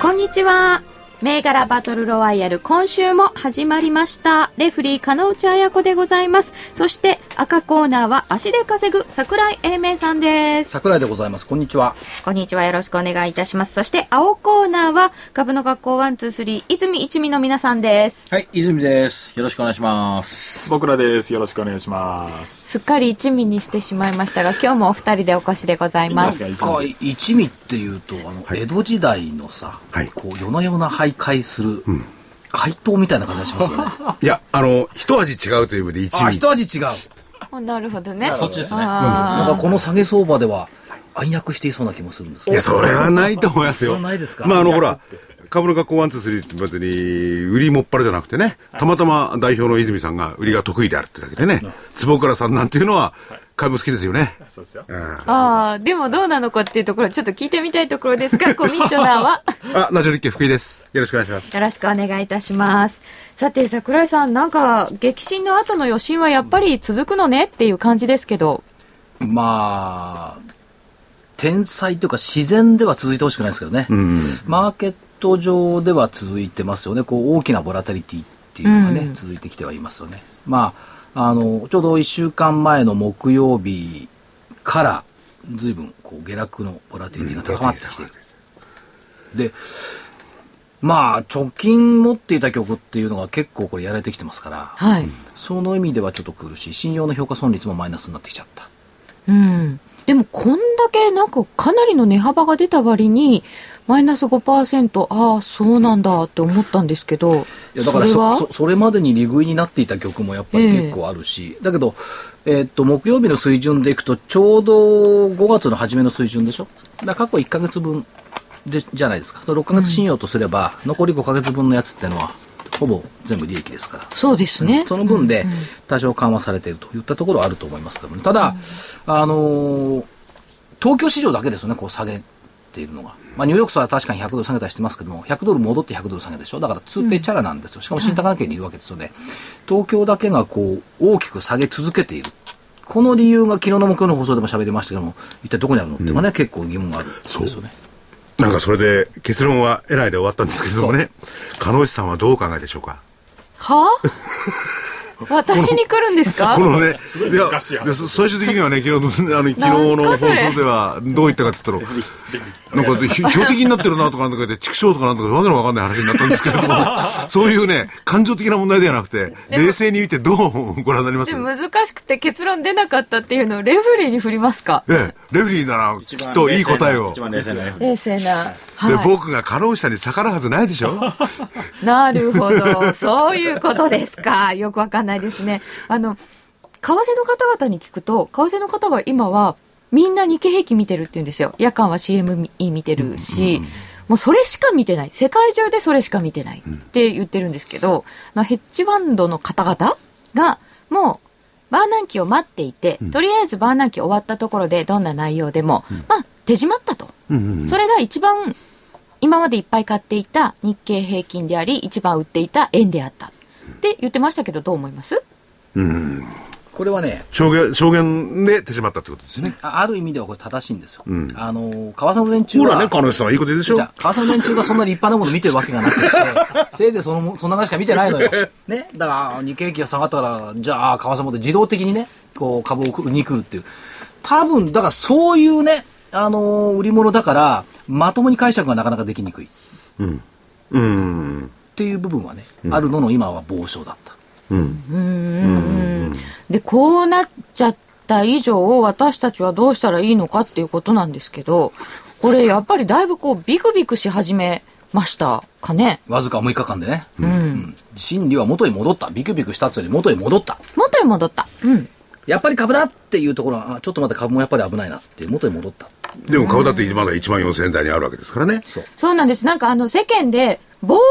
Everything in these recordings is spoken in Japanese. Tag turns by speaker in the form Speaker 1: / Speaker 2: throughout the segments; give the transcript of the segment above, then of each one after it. Speaker 1: こんにちは。銘柄バトルロワイヤル、今週も始まりました。レフリー、金内彩子でございます。そして、赤コーナーは、足で稼ぐ、桜井英明さんです。
Speaker 2: 桜井でございます。こんにちは。
Speaker 1: こんにちは。よろしくお願いいたします。そして、青コーナーは、株の学校ワンツースリー泉一味の皆さんです。
Speaker 2: はい、泉です。よろしくお願いします。
Speaker 3: 僕らです。よろしくお願いします。
Speaker 1: すっかり一味にしてしまいましたが、今日もお二人でお越しでございま
Speaker 3: い
Speaker 1: す。
Speaker 3: いです
Speaker 2: か
Speaker 3: か
Speaker 2: 一味っていうと、あの、江戸時代のさ、
Speaker 4: はい
Speaker 2: こう、夜な夜な徘徊する、怪盗みたいな感じがしますよね。
Speaker 4: いや、あの、一味違うという意味で一
Speaker 2: あ、
Speaker 4: 味。
Speaker 2: 一味違う。
Speaker 1: なるほどね。
Speaker 2: そっちですね。
Speaker 1: あ
Speaker 2: なんかこの下げ相場では、暗躍していそうな気もするんですけ
Speaker 4: い
Speaker 2: ど。
Speaker 4: や、それはないと思いますよ。
Speaker 2: そんなないですか
Speaker 4: まあ、あの、ほら、株の学校ワン、ツー、スリーって別に、売りもっぱらじゃなくてね、たまたま代表の泉さんが売りが得意であるってだけでね、坪倉さんなんていうのは、株好きですよね。
Speaker 3: そうですよ。
Speaker 1: あー、でもどうなのかっていうところ、ちょっと聞いてみたいところですが、コミッショナーは。
Speaker 4: あ、ラジオ日経福井です。よろしくお願いします。
Speaker 1: よろしくお願いいたします。さて、桜井さん、なんか、激震の後の余震はやっぱり続くのねっていう感じですけど。
Speaker 2: まあ、天才というか自然では続いてほしくないですけどね。マーケット上では続いてますよね。こう大きなボラテリティっていうのがね、
Speaker 1: うん
Speaker 2: 続いてきてはいますよね。まあ、あの、ちょうど1週間前の木曜日から、随分こう下落のボラテリティが高まってきている。で、まあ、貯金持っていた曲っていうのが結構これやられてきてますから、
Speaker 1: はい。
Speaker 2: その意味ではちょっと苦しい。信用の評価損率もマイナスになってきちゃった。
Speaker 1: うん。でも、こんだけ、なんか、かなりの値幅が出た割に、マイナス5%、ああ、そうなんだって思ったんですけど、
Speaker 2: いやだからそ
Speaker 1: それは
Speaker 2: そそれまでに利食いになっていた曲もやっぱり結構あるし、だけど、えーっと木曜日の水準でいくとちょうど5月の初めの水準でしょだから過去1ヶ月分でじゃないですかその6ヶ月信用とすれば、残り5ヶ月分のやつってのはほぼ全部利益ですから
Speaker 1: そうですね。
Speaker 2: その分で多少緩和されているといったところはあると思いますけども、ね、ただ、あのー東京市場だけですよね、こう下げているのが。まあ、ニューヨークスは確かに100ドル下げたりしてますけども、100ドル戻って100ドル下げでしょ。だから2ペイチャラなんですよ。しかも新高値圏にいるわけですよね。東京だけがこう大きく下げ続けている。この理由が昨日の木曜の放送でも喋りましたけども、一体どこにあるのっていうのがね、結構疑問があるんですよね。
Speaker 4: なんかそれで、結論は得ないで終わったんですけれどもね、加納さんはどうお考えでしょうか
Speaker 1: は あ私に来るんですか
Speaker 4: このね、
Speaker 3: ごい
Speaker 4: いや
Speaker 3: 難しい話
Speaker 4: でそ最終的にはね、昨日の、あの、昨日の
Speaker 1: な
Speaker 4: 放
Speaker 1: んすかそれ
Speaker 4: 送では、どう言ったかって言った ら、なんか、ひ標的になってるなとかなんとかで、畜生とかなんとかでわけのわかんない話になったんです けれども、そういうね、感情的な問題ではなくて、冷静に見てどうご覧になりま
Speaker 1: です難しくて結論出なかったっていうのをレフリーに振りますか
Speaker 4: ええ、レフェリーなら、きっといい答えを。
Speaker 3: 一番冷静な。
Speaker 1: 冷静な。
Speaker 4: で、僕が過労死者に逆らうはずないでしょ
Speaker 1: なるほど。そういうことですか。よくわかんないですね。あの、為替の方々に聞くと、為替の方が今は、みんな日経平均見てるって言うんですよ。夜間は CME 見てるし、もうそれしか見てない。世界中でそれしか見てないって言ってるんですけど、あのヘッジファンドの方々が、もう、バーナンキを待っていて、とりあえずバーナンキ終わったところで、どんな内容でも、まあ、手締まったと。それが一番今までいっぱい買っていた日経平均であり一番売っていた円であったって言ってましたけどどう思います
Speaker 2: これはね、
Speaker 4: 証言、証言で手締まったってことですね。
Speaker 2: あある意味ではこれ正しいんですよ。あのー、為替の連中
Speaker 4: ほ
Speaker 2: は。
Speaker 4: らね、加納さんはいいこと言うでしょ
Speaker 2: じゃあ、川崎連中がそんな立派なもの見てるわけがな くて、せいぜいそのも、そんなぐらいしか見てないのよ。ね。だから、日経平均が下がったから、じゃあ、川崎もって自動的にね、こう、株を売りに来るっていう。多分、だからそういうね、あのー売り物だから、まともに解釈がなかなかできにくい。
Speaker 4: うん。
Speaker 2: っていう部分はね、あるのの今は防止だった。
Speaker 1: でこうなっちゃった以上私たちはどうしたらいいのかっていうことなんですけどこれやっぱりだいぶこうビクビクし始めましたかね
Speaker 2: わずか6日間でね。うん心理は元に戻った。ビクビクしたっつうより元に戻った。
Speaker 1: 元に戻ったうん
Speaker 2: やっぱり株だっていうところは、あちょっと待って株もやっぱり危ないなっていう、元に戻った。
Speaker 4: でも株だってまだ1万4000円台にあるわけですからね。
Speaker 1: そうなんです。なんかあの世間で、暴落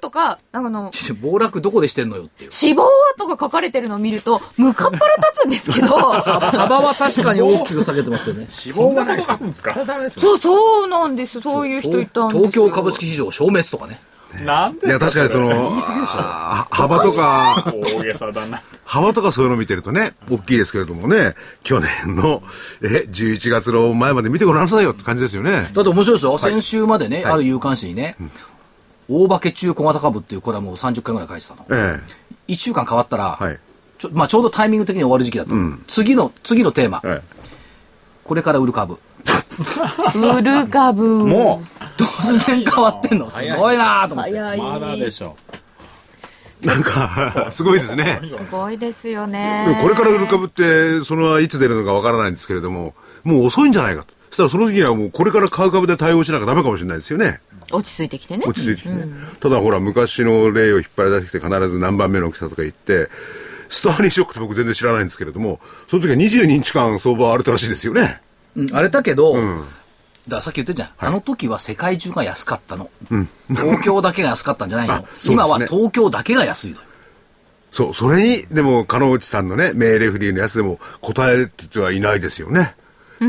Speaker 1: とか、なんかあの、
Speaker 2: ちょ 暴落どこでしてんのよっていう。
Speaker 1: 死亡とか書かれてるのを見ると、ムカッ腹立つんです けど、
Speaker 2: 幅は確かに大きく下げてますけどね。
Speaker 3: 死亡がことがあるんですか
Speaker 1: そう、そうなんです。そういう人いたんですよ
Speaker 2: 東京株式市場消滅とかね。
Speaker 3: なんで
Speaker 4: いや、確かにその、あー幅とか、
Speaker 3: 大げさだな。
Speaker 4: 幅とかそういうの見てるとね、大きいですけれどもね、去年の、え、11月の前まで見てごらんなさいよって感じですよね。
Speaker 2: だって面白いですよ。先週までね、ある有刊誌にね、大化け中小型株っていうコラムを30回ぐらい書いてたの。
Speaker 4: え
Speaker 2: 1週間変わったら、
Speaker 4: はい
Speaker 2: ちょまあ、ちょうどタイミング的に終わる時期だと、次の次のテーマ、
Speaker 4: え。え
Speaker 2: これから売る株
Speaker 1: ウルカブ。
Speaker 5: も
Speaker 2: 突然変わってんのすごいなと思って
Speaker 1: 早い。
Speaker 5: う、まだでしょ。
Speaker 4: えなんか、 すごいですね。
Speaker 1: すごいですよね
Speaker 4: でも。これから売る株って、そのいつ出るのかわからないんですけれども、もう遅いんじゃないかと。そしたらその時にはもうこれから買う株で対応しなきゃダメかもしれないですよね。
Speaker 1: 落ち着いてきてね。
Speaker 4: 落ち着いてきてね。ただほら、昔の例を引っ張り出してきて必ず何番目の大きさとか言って、スターリンショックって僕全然知らないんですけれども、その時は22日間相場荒れたらしいですよね。
Speaker 2: うんあれだけど、だからさっき言ってんじゃん、あの時は世界中が安かったの、東京だけが安かったんじゃないの、
Speaker 4: あそうですね
Speaker 2: 今は東京だけが安いのよ
Speaker 4: そう、それに、でも、加納内さんのね、名レフリーのやつでも答えてはいないですよね。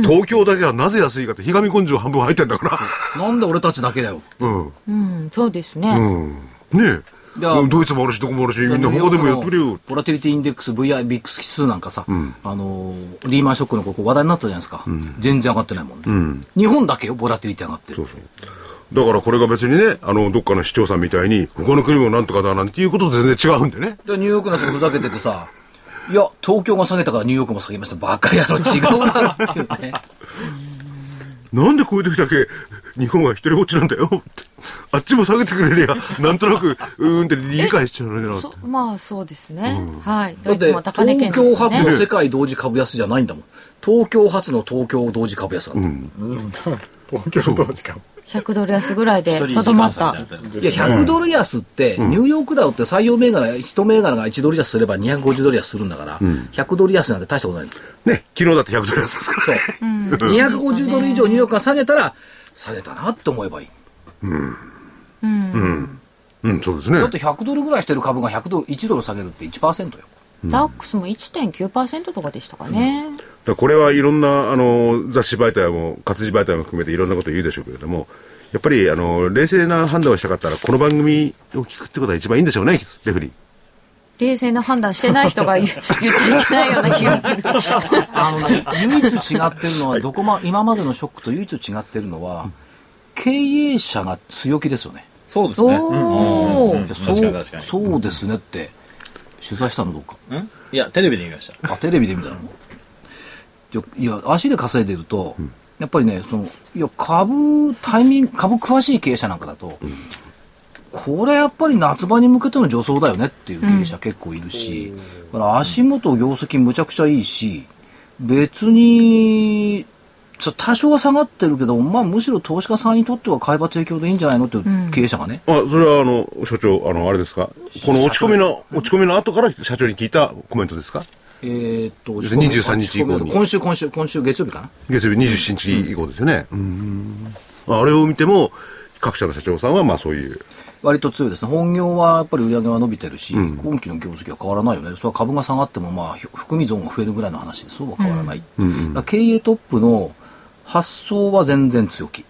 Speaker 4: 東京だけはなぜ安いかって、ひがみ根性半分入ってんだか
Speaker 2: なんで俺たちだけだよ
Speaker 4: ら。うん。
Speaker 1: うん、そうですね。
Speaker 4: ねえ。
Speaker 2: いや
Speaker 4: ドイツもあるし、どこもあるし、みんな他でもやってくれよ。
Speaker 2: ボラティリティインデックス VI ビックス指数なんかさ、あのーリーマンショックのここ話題になったじゃないですか、全然上がってないもんね、日本だけよボラティリティ上がってる
Speaker 4: だからこれが別にね、あの、どっかの市長さんみたいに、他の国もなんとかだなんていうことと全然違うんでね。
Speaker 2: でニューヨークの人ふざけててさ、いや、東京が下げたからニューヨークも下げました。バカ野 郎、違うだろっていうね。
Speaker 4: なんでこういう時だけ、日本は一人ぼっちなんだよって。あっちも下げてくれりゃ、なんとなく、うーんって理解しちゃうのになって。
Speaker 1: そまあそうですね。はい。
Speaker 2: だっ
Speaker 1: ドイツ
Speaker 2: て、
Speaker 1: も高値圏
Speaker 2: 東
Speaker 1: です
Speaker 2: 京
Speaker 1: ね。
Speaker 2: 発の世界同時株安じゃないんだもん。東京発の東京同時株安だもん。
Speaker 3: 東京同時か。
Speaker 1: 100ドル安ぐらいでとどまった。
Speaker 2: いや、100ドル安って、ニューヨークダウって採用銘柄、一銘柄が1ドル安すれば250ドル安するんだから、100ドル安なんて大したことないの。
Speaker 4: ね、昨日だって100ドル安ですから。
Speaker 2: そう。250ドル以上ニューヨークが下げたら、下げたなって思えばいい。
Speaker 4: うん、そうですね
Speaker 2: だっ。て100ドルぐらいしてる株が100ドル、1ドル下げるって1%よ。
Speaker 1: ダックスも1.9%とかでしたかね。
Speaker 4: だからこれはいろんなあの雑誌媒体も活字媒体も含めていろんなことを言うでしょうけれどもやっぱりあの冷静な判断をしたかったらこの番組を聞くってことが一番いいんでしょうねレフリー
Speaker 1: 冷静な判断してない人が 言う言っちゃいけないような気がする。
Speaker 2: あのね、唯一違ってるのは、どこ も、今までのショックと唯一違ってるのは、経営者が強気ですよね。
Speaker 5: そうですね。
Speaker 1: おお。
Speaker 5: うん
Speaker 2: そ
Speaker 5: 確かに
Speaker 2: う
Speaker 5: 確かに
Speaker 2: そうですねって、取材したのどっか。
Speaker 5: んいや、テレビで見ました。
Speaker 2: あ、テレビで見たのいやいや、足で稼いでると、やっぱりね、その、いや、株、タイミング、株詳しい経営者なんかだと、これやっぱり夏場に向けての助走だよねっていう経営者結構いるし、だから足元業績むちゃくちゃいいし、別に、ちょ多少は下がってるけど、まあむしろ投資家さんにとっては買い場提供でいいんじゃないのっていう経営者がね、
Speaker 4: あそれはあの所長あのあれですかこの落ち込みの落ち込みの後から社長に聞いたコメントですか
Speaker 2: えーっと、
Speaker 4: 23日以降に
Speaker 2: 今週、今週、今週月曜日かな。
Speaker 4: 月曜日27日以降ですよね、うんあれを見ても各社の社長さんはまあそういう
Speaker 2: 割と強いですね、本業はやっぱり売り上げは伸びてるし、今期の業績は変わらないよね、それは株が下がっても、まあ、ひょ含み損が増えるぐらいの話で、そうは変わらない、だから経営トップの発想は全然強気、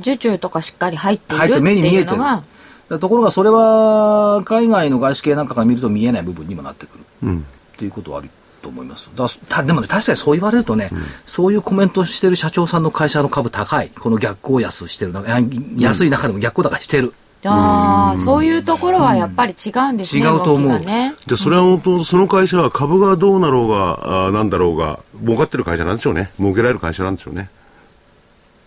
Speaker 1: 受注とかしっかり入っている
Speaker 2: 入
Speaker 1: っ
Speaker 2: ってて目に見
Speaker 1: い
Speaker 2: え
Speaker 1: う
Speaker 2: てる
Speaker 1: のが、
Speaker 2: だところがそれは海外の外資系なんかから見ると見えない部分にもなってくる、ということはあると思います、だからたでもね、確かにそう言われるとね、そういうコメントしてる社長さんの会社の株高い、この逆行安してる、あ安い中でも逆行高いしてる。
Speaker 1: ああ、そういうところはやっぱり違うんですね。
Speaker 2: うん違うと思う
Speaker 1: 動きがね。
Speaker 4: でそれは本当その会社は株がどうなろうがあなんだろうが儲かってる会社なんでしょうね儲けられる会社なんでしょうね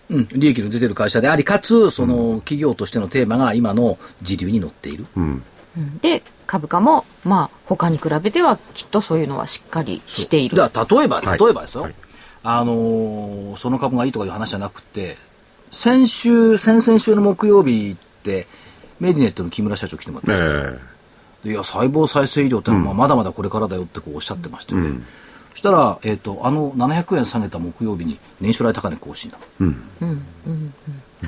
Speaker 2: うん、利益の出てる会社であり、かつ、その企業としてのテーマが今の時流に乗っている。
Speaker 1: で、株価も、まあ、他に比べてはきっとそういうのはしっかりしている。
Speaker 2: だから例えば、
Speaker 4: はい
Speaker 2: 例えばですよ、
Speaker 4: はい
Speaker 2: あのーその株がいいとかいう話じゃなくて、先週、先々週の木曜日って、メディネットの木村社長来てもらったんですよ
Speaker 4: ええ
Speaker 2: でいや、細胞再生医療ってのはまあまだまだこれからだよってこうおっしゃってましたよね。そしたら、えっとあの700円下げた木曜日に年初来高値更新だ
Speaker 1: うんうんうん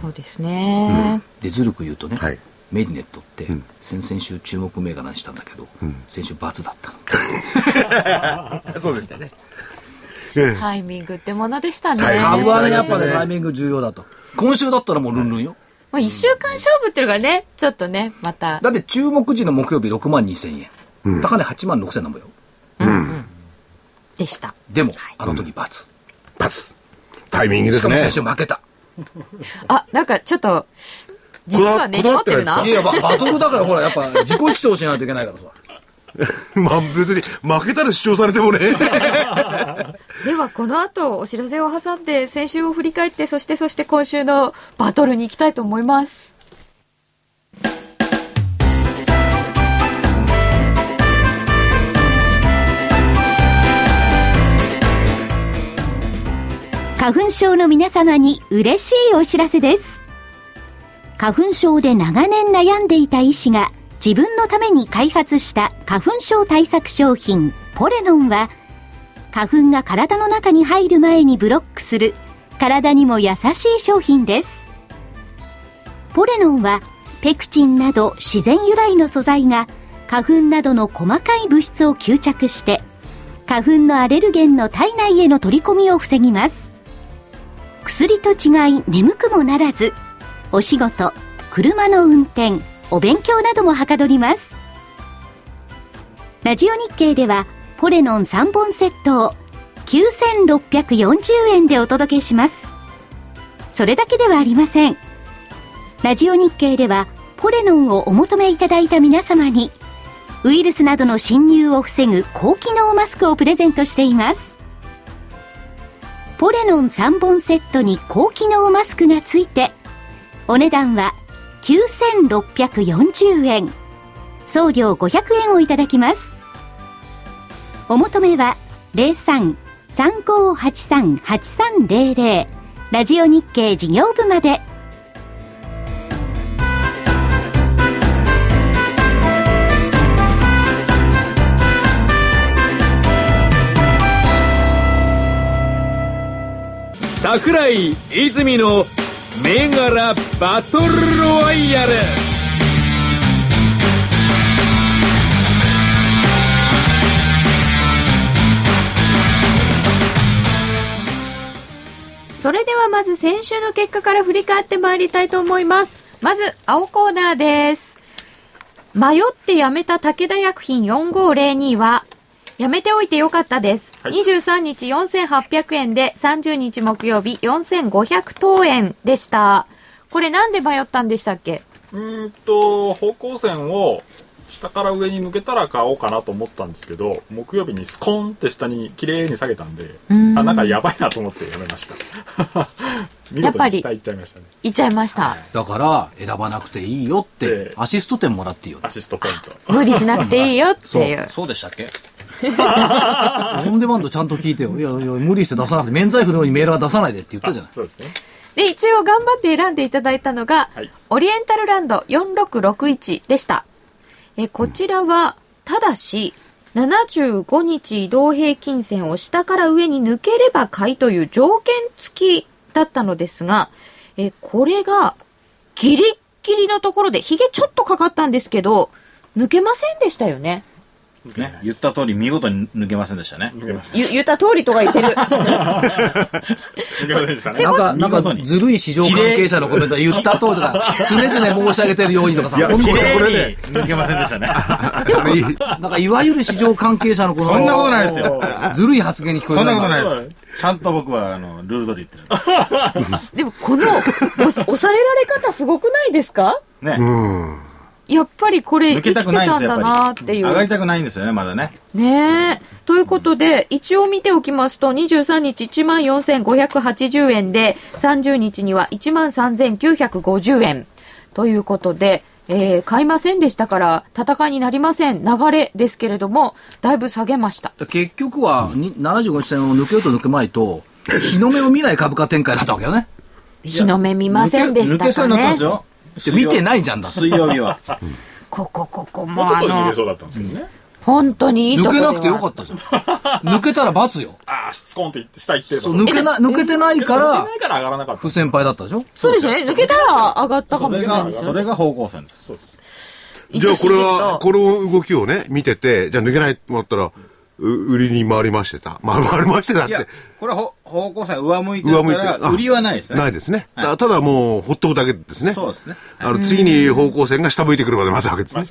Speaker 1: そうですね、
Speaker 2: でずるく言うとね、
Speaker 4: はい
Speaker 2: メディネットって、
Speaker 4: ん
Speaker 2: 先々週注目銘柄にしたんだけど、先週罰だったの
Speaker 4: そうでしたね。
Speaker 1: タイミングってものでしたね、
Speaker 4: タイミン
Speaker 2: 株
Speaker 4: グ
Speaker 2: はねやっぱね
Speaker 4: ね
Speaker 2: タイミング重要だと今週だったらもうルンルンよ
Speaker 1: もう1週間勝負っていうのがねちょっとねまた
Speaker 2: だって注目時の木曜日6万2000円、高値8万6000なんぼよ
Speaker 1: でした
Speaker 2: でも、あの時罰、
Speaker 4: パス。タイミングで
Speaker 2: し
Speaker 4: す
Speaker 2: かも
Speaker 4: ね。
Speaker 2: 先週負けた
Speaker 1: あなんかちょっと実はねり
Speaker 4: こだ
Speaker 1: 持
Speaker 4: わ
Speaker 1: ってるない
Speaker 2: やいやババトルだからほらやっぱ自己主張しないといけないからさ
Speaker 4: まあ別に負けたら主張されてもね。
Speaker 1: ではこの後お知らせを挟んで先週を振り返ってそしてそして今週のバトルに行きたいと思います
Speaker 6: 花粉症の皆様に嬉しいお知らせです。花粉症で長年悩んでいた医師が自分のために開発した花粉症対策商品ポレノンは花粉が体の中に入る前にブロックする体にも優しい商品です。ポレノンはペクチンなど自然由来の素材が花粉などの細かい物質を吸着して花粉のアレルゲンの体内への取り込みを防ぎます薬と違い眠くもならずお仕事車の運転お勉強などもはかどりますラジオ日経ではポレノン3本セットを9640円でお届けしますそれだけではありませんラジオ日経ではポレノンをお求めいただいた皆様にウイルスなどの侵入を防ぐ高機能マスクをプレゼントしていますポレノン3本セットに高機能マスクがついてお値段は9640円送料500円をいただきますお求めは03-3583-8300ラジオ日経事業部まで
Speaker 7: 桜井泉の銘柄バトルロワイヤル
Speaker 1: それではまず先週の結果から振り返ってまいりたいと思います。まず、青コーナーです。迷って辞めた武田薬品4502は、やめておいてよかったです。23日4800円で、30日木曜日4500等円でした。これなんで迷ったんでしたっけ
Speaker 8: うーんと方向線を下から上に向けたら買おうかなと思ったんですけど木曜日にスコーンって下に綺麗に下げたんであ
Speaker 1: ん
Speaker 8: なんかやばいなと思ってやめました 見
Speaker 1: やっ
Speaker 8: 事
Speaker 1: ぱ
Speaker 8: に
Speaker 1: り
Speaker 8: 下行っちゃいましたね
Speaker 1: 言っちゃいました。
Speaker 2: だから選ばなくていいよって、
Speaker 8: ええ
Speaker 2: アシスト点もらっていいよ
Speaker 8: アシストポイント
Speaker 1: 無理しなくていいよっていう。
Speaker 5: そうでしたっ け
Speaker 2: オンデマンドちゃんと聞いてよいやいや無理して出さなくて免罪符のようにメールは出さないでって言ったじゃない
Speaker 8: そうですね
Speaker 1: で、一応頑張って選んでいただいたのが、
Speaker 8: はい
Speaker 1: オリエンタルランド4661でした。え、こちらは、ただし、75日移動平均線を下から上に抜ければ買いという条件付きだったのですが、え、これが、ギリッギリのところで、ヒゲちょっとかかったんですけど、抜けませんでしたよね。
Speaker 5: ね。言った通り見事に抜けませんでしたね。
Speaker 8: 抜けません
Speaker 1: ゆ言った通りとか言って る。
Speaker 8: 抜けませんでしたね
Speaker 2: なんか、
Speaker 5: で
Speaker 2: な
Speaker 5: も
Speaker 2: んか
Speaker 5: 見事、に
Speaker 2: ずるい市場関係者のコメントは言った通りとか、常々申し上げてるようにとかさ、
Speaker 4: いや
Speaker 2: なん
Speaker 4: これこれね
Speaker 5: 綺麗に抜けませんで したね。
Speaker 4: いい
Speaker 2: か、いわゆる市場関係者のこの、
Speaker 5: そんなことないですよ。
Speaker 2: ずるい発言に聞こえ
Speaker 5: そんなこと
Speaker 2: い。
Speaker 5: ない です。ちゃんと僕は、あの、ルール通り言ってるんです。
Speaker 1: でも、この、お抑えられ方すごくないですか
Speaker 5: ね。
Speaker 4: うん。
Speaker 1: やっぱりこれ、
Speaker 5: 抜
Speaker 1: 生き
Speaker 5: け
Speaker 1: て
Speaker 5: た
Speaker 1: た
Speaker 5: く
Speaker 1: ん
Speaker 5: ないんですよ、
Speaker 1: だな
Speaker 5: や
Speaker 1: っ
Speaker 5: ってぱり。
Speaker 1: いう。
Speaker 5: 上がりたくないんですよね、まだね。
Speaker 1: ねえ。ということで、一応見ておきますと、23日14,580円で、30日には13,950円。ということで、えー買いませんでしたから、戦いになりません。流れですけれども、だいぶ下げました。
Speaker 2: 結局は、に75日線を抜けようと抜けまいと、日の目を見ない株価展開だったわけよね。
Speaker 1: 日の目見ませんでし
Speaker 5: 抜け
Speaker 1: た
Speaker 5: そう
Speaker 1: か
Speaker 5: にな
Speaker 1: ね
Speaker 5: ったんです。よ。
Speaker 2: で見てないじゃんだって
Speaker 5: 水曜日は。
Speaker 1: ここ、ここ、
Speaker 8: もう
Speaker 1: もう
Speaker 8: ちょっ
Speaker 1: あ
Speaker 8: と逃
Speaker 1: の
Speaker 8: げ、そうだったんですけどね
Speaker 1: 本当にいいと
Speaker 2: 抜
Speaker 1: こ
Speaker 2: け
Speaker 1: では
Speaker 2: なくてよかったじゃん。抜けたら罰よ。
Speaker 8: ああ、スコーンって言って、下行ってれば
Speaker 2: そう抜けな、抜けてないか
Speaker 8: 抜
Speaker 2: ら
Speaker 8: け、ないから上がらなかった
Speaker 2: 不。先輩だったでしょ
Speaker 1: そうですよね。抜けたら上がったか
Speaker 5: そ
Speaker 1: もし
Speaker 5: れ
Speaker 1: れない
Speaker 5: が
Speaker 1: です
Speaker 5: それが方向線です
Speaker 8: そうです。
Speaker 4: じゃあこれは、
Speaker 1: こ
Speaker 4: この動きをね、見てて、じゃあ抜けないって思ったら、う売りに回りましてた。まあ、回りましてたっ
Speaker 5: いや
Speaker 4: て。
Speaker 5: これはほ方向線上向いて
Speaker 4: 上
Speaker 5: る
Speaker 4: 向い
Speaker 5: か
Speaker 4: て
Speaker 5: ら
Speaker 4: る。あ
Speaker 5: 売りはないですね
Speaker 4: ないですね。
Speaker 5: はい
Speaker 4: だただもう、ほっとくだけですね。
Speaker 5: そうですね
Speaker 4: あの、次に方向線が下向いてくるまで待つわけですね。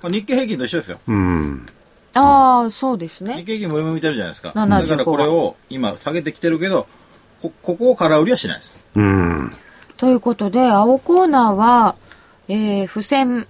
Speaker 5: これ日経平均と一緒ですよ
Speaker 4: うん。
Speaker 1: ああ、そうです
Speaker 5: 日
Speaker 1: ね。
Speaker 5: 経平均も上向いてるじゃないですかだ
Speaker 1: 75
Speaker 5: からこれを今下げてきてるけどこここを空売りはしないです
Speaker 4: うん。
Speaker 1: ということで、青コーナーは、えー、付箋、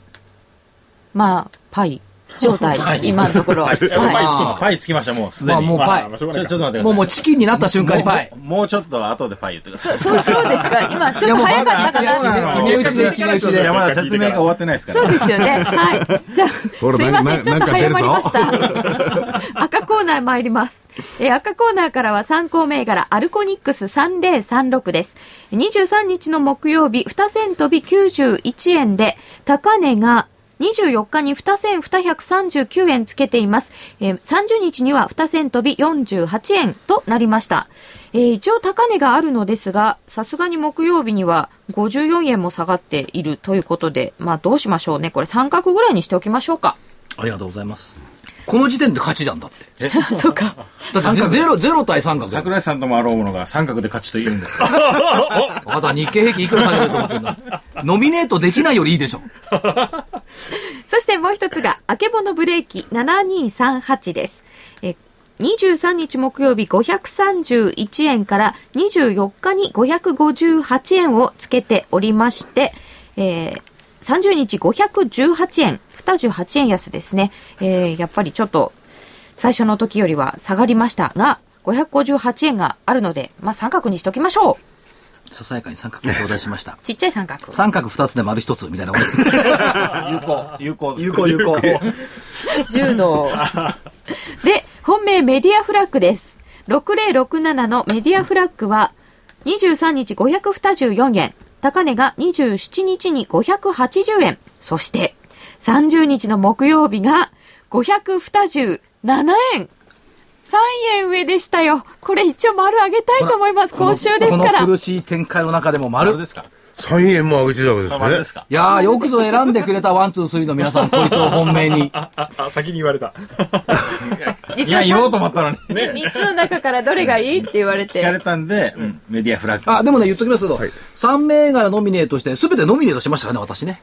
Speaker 1: まあ、パイ状 態、今のところ。はい。
Speaker 2: あ
Speaker 5: パイつきましたもうすで
Speaker 2: まあ
Speaker 5: に
Speaker 2: もう
Speaker 5: まあ
Speaker 2: パイ
Speaker 8: まあ、しょうが
Speaker 5: ち
Speaker 8: な
Speaker 5: ょ
Speaker 8: い
Speaker 5: ち
Speaker 8: か
Speaker 5: ょっと待ってください
Speaker 2: もうもうチキンになった瞬間にパイ。
Speaker 5: もうもうちょっと後でパイ言ってください
Speaker 1: そう、そうですか。今、ちょっと早かったかなっ
Speaker 2: 決
Speaker 1: て。
Speaker 2: め打ちで、決め打ち
Speaker 5: いや
Speaker 2: で。
Speaker 5: まだ説明が終わってないですから
Speaker 1: そうですよね。はい。じゃあ、す
Speaker 4: ほら
Speaker 1: いませ。
Speaker 4: な
Speaker 1: ち
Speaker 4: んん
Speaker 1: ょっと
Speaker 4: なんか出
Speaker 1: 早
Speaker 4: るぞ
Speaker 1: まりました。 赤コーナー参ります。えー赤コーナーからは参考銘柄アルコニックス3036です。23日の木曜日、2銭飛び91円で、高値が24日に2銭239円つけています。えー30日には2銭飛び48円となりました。えー一応高値があるのですが、さすがに木曜日には54円も下がっているということで、まあどうしましょうね。これ三角ぐらいにしておきましょうか。
Speaker 2: ありがとうございます。この時点で勝ちじゃんだって。
Speaker 1: そうか。
Speaker 2: だってゼロ、ゼロ対三角だよ。
Speaker 5: 桜井さんともあろうものが三角で勝ちと言うんです よ
Speaker 2: あとは日経平均いくら下げると思ってんだ。ノミネートできないよりいいでしょ。
Speaker 1: そしてもう一つが、あけぼのブレーキ7238です。え23日木曜日531円から24日に558円をつけておりまして、えー30日518円、28円安ですね。えーやっぱりちょっと最初の時よりは下がりましたが、558円があるので、まあ三角にしときましょう。
Speaker 2: ささやかに三角頂戴しました。
Speaker 1: ちっちゃい三角。
Speaker 2: 三角二つで丸一つみたいな。
Speaker 5: 有効有効です
Speaker 2: 有効有効。
Speaker 1: 柔 道。で、本命メディアフラッグです。6067のメディアフラッグは、23日524円、高値が27日に580円、そして30日の木曜日が527円。3円上でしたよ。これ一応丸上げたいと思います。今週ですか
Speaker 2: この
Speaker 1: ら
Speaker 2: 苦。しい展開の中でも
Speaker 5: あれ
Speaker 2: 丸。
Speaker 5: ですか
Speaker 4: 3円も上げてるわけです
Speaker 5: あれ
Speaker 4: ね。
Speaker 5: ですか
Speaker 2: いやー、よくぞ選んでくれたワン、ツー、スリーの皆さん、こいつを本命に。
Speaker 8: ああ、先に言われた。
Speaker 5: いや言おうと 思ったのに
Speaker 1: 3つの中からどれがいいって言われ
Speaker 5: 聞か
Speaker 1: て。
Speaker 5: れたんでメディアフラッグ
Speaker 2: あ、でもね、言っときますけど、3銘柄ノミネートして、すべてノミネートしましたからね、私ね。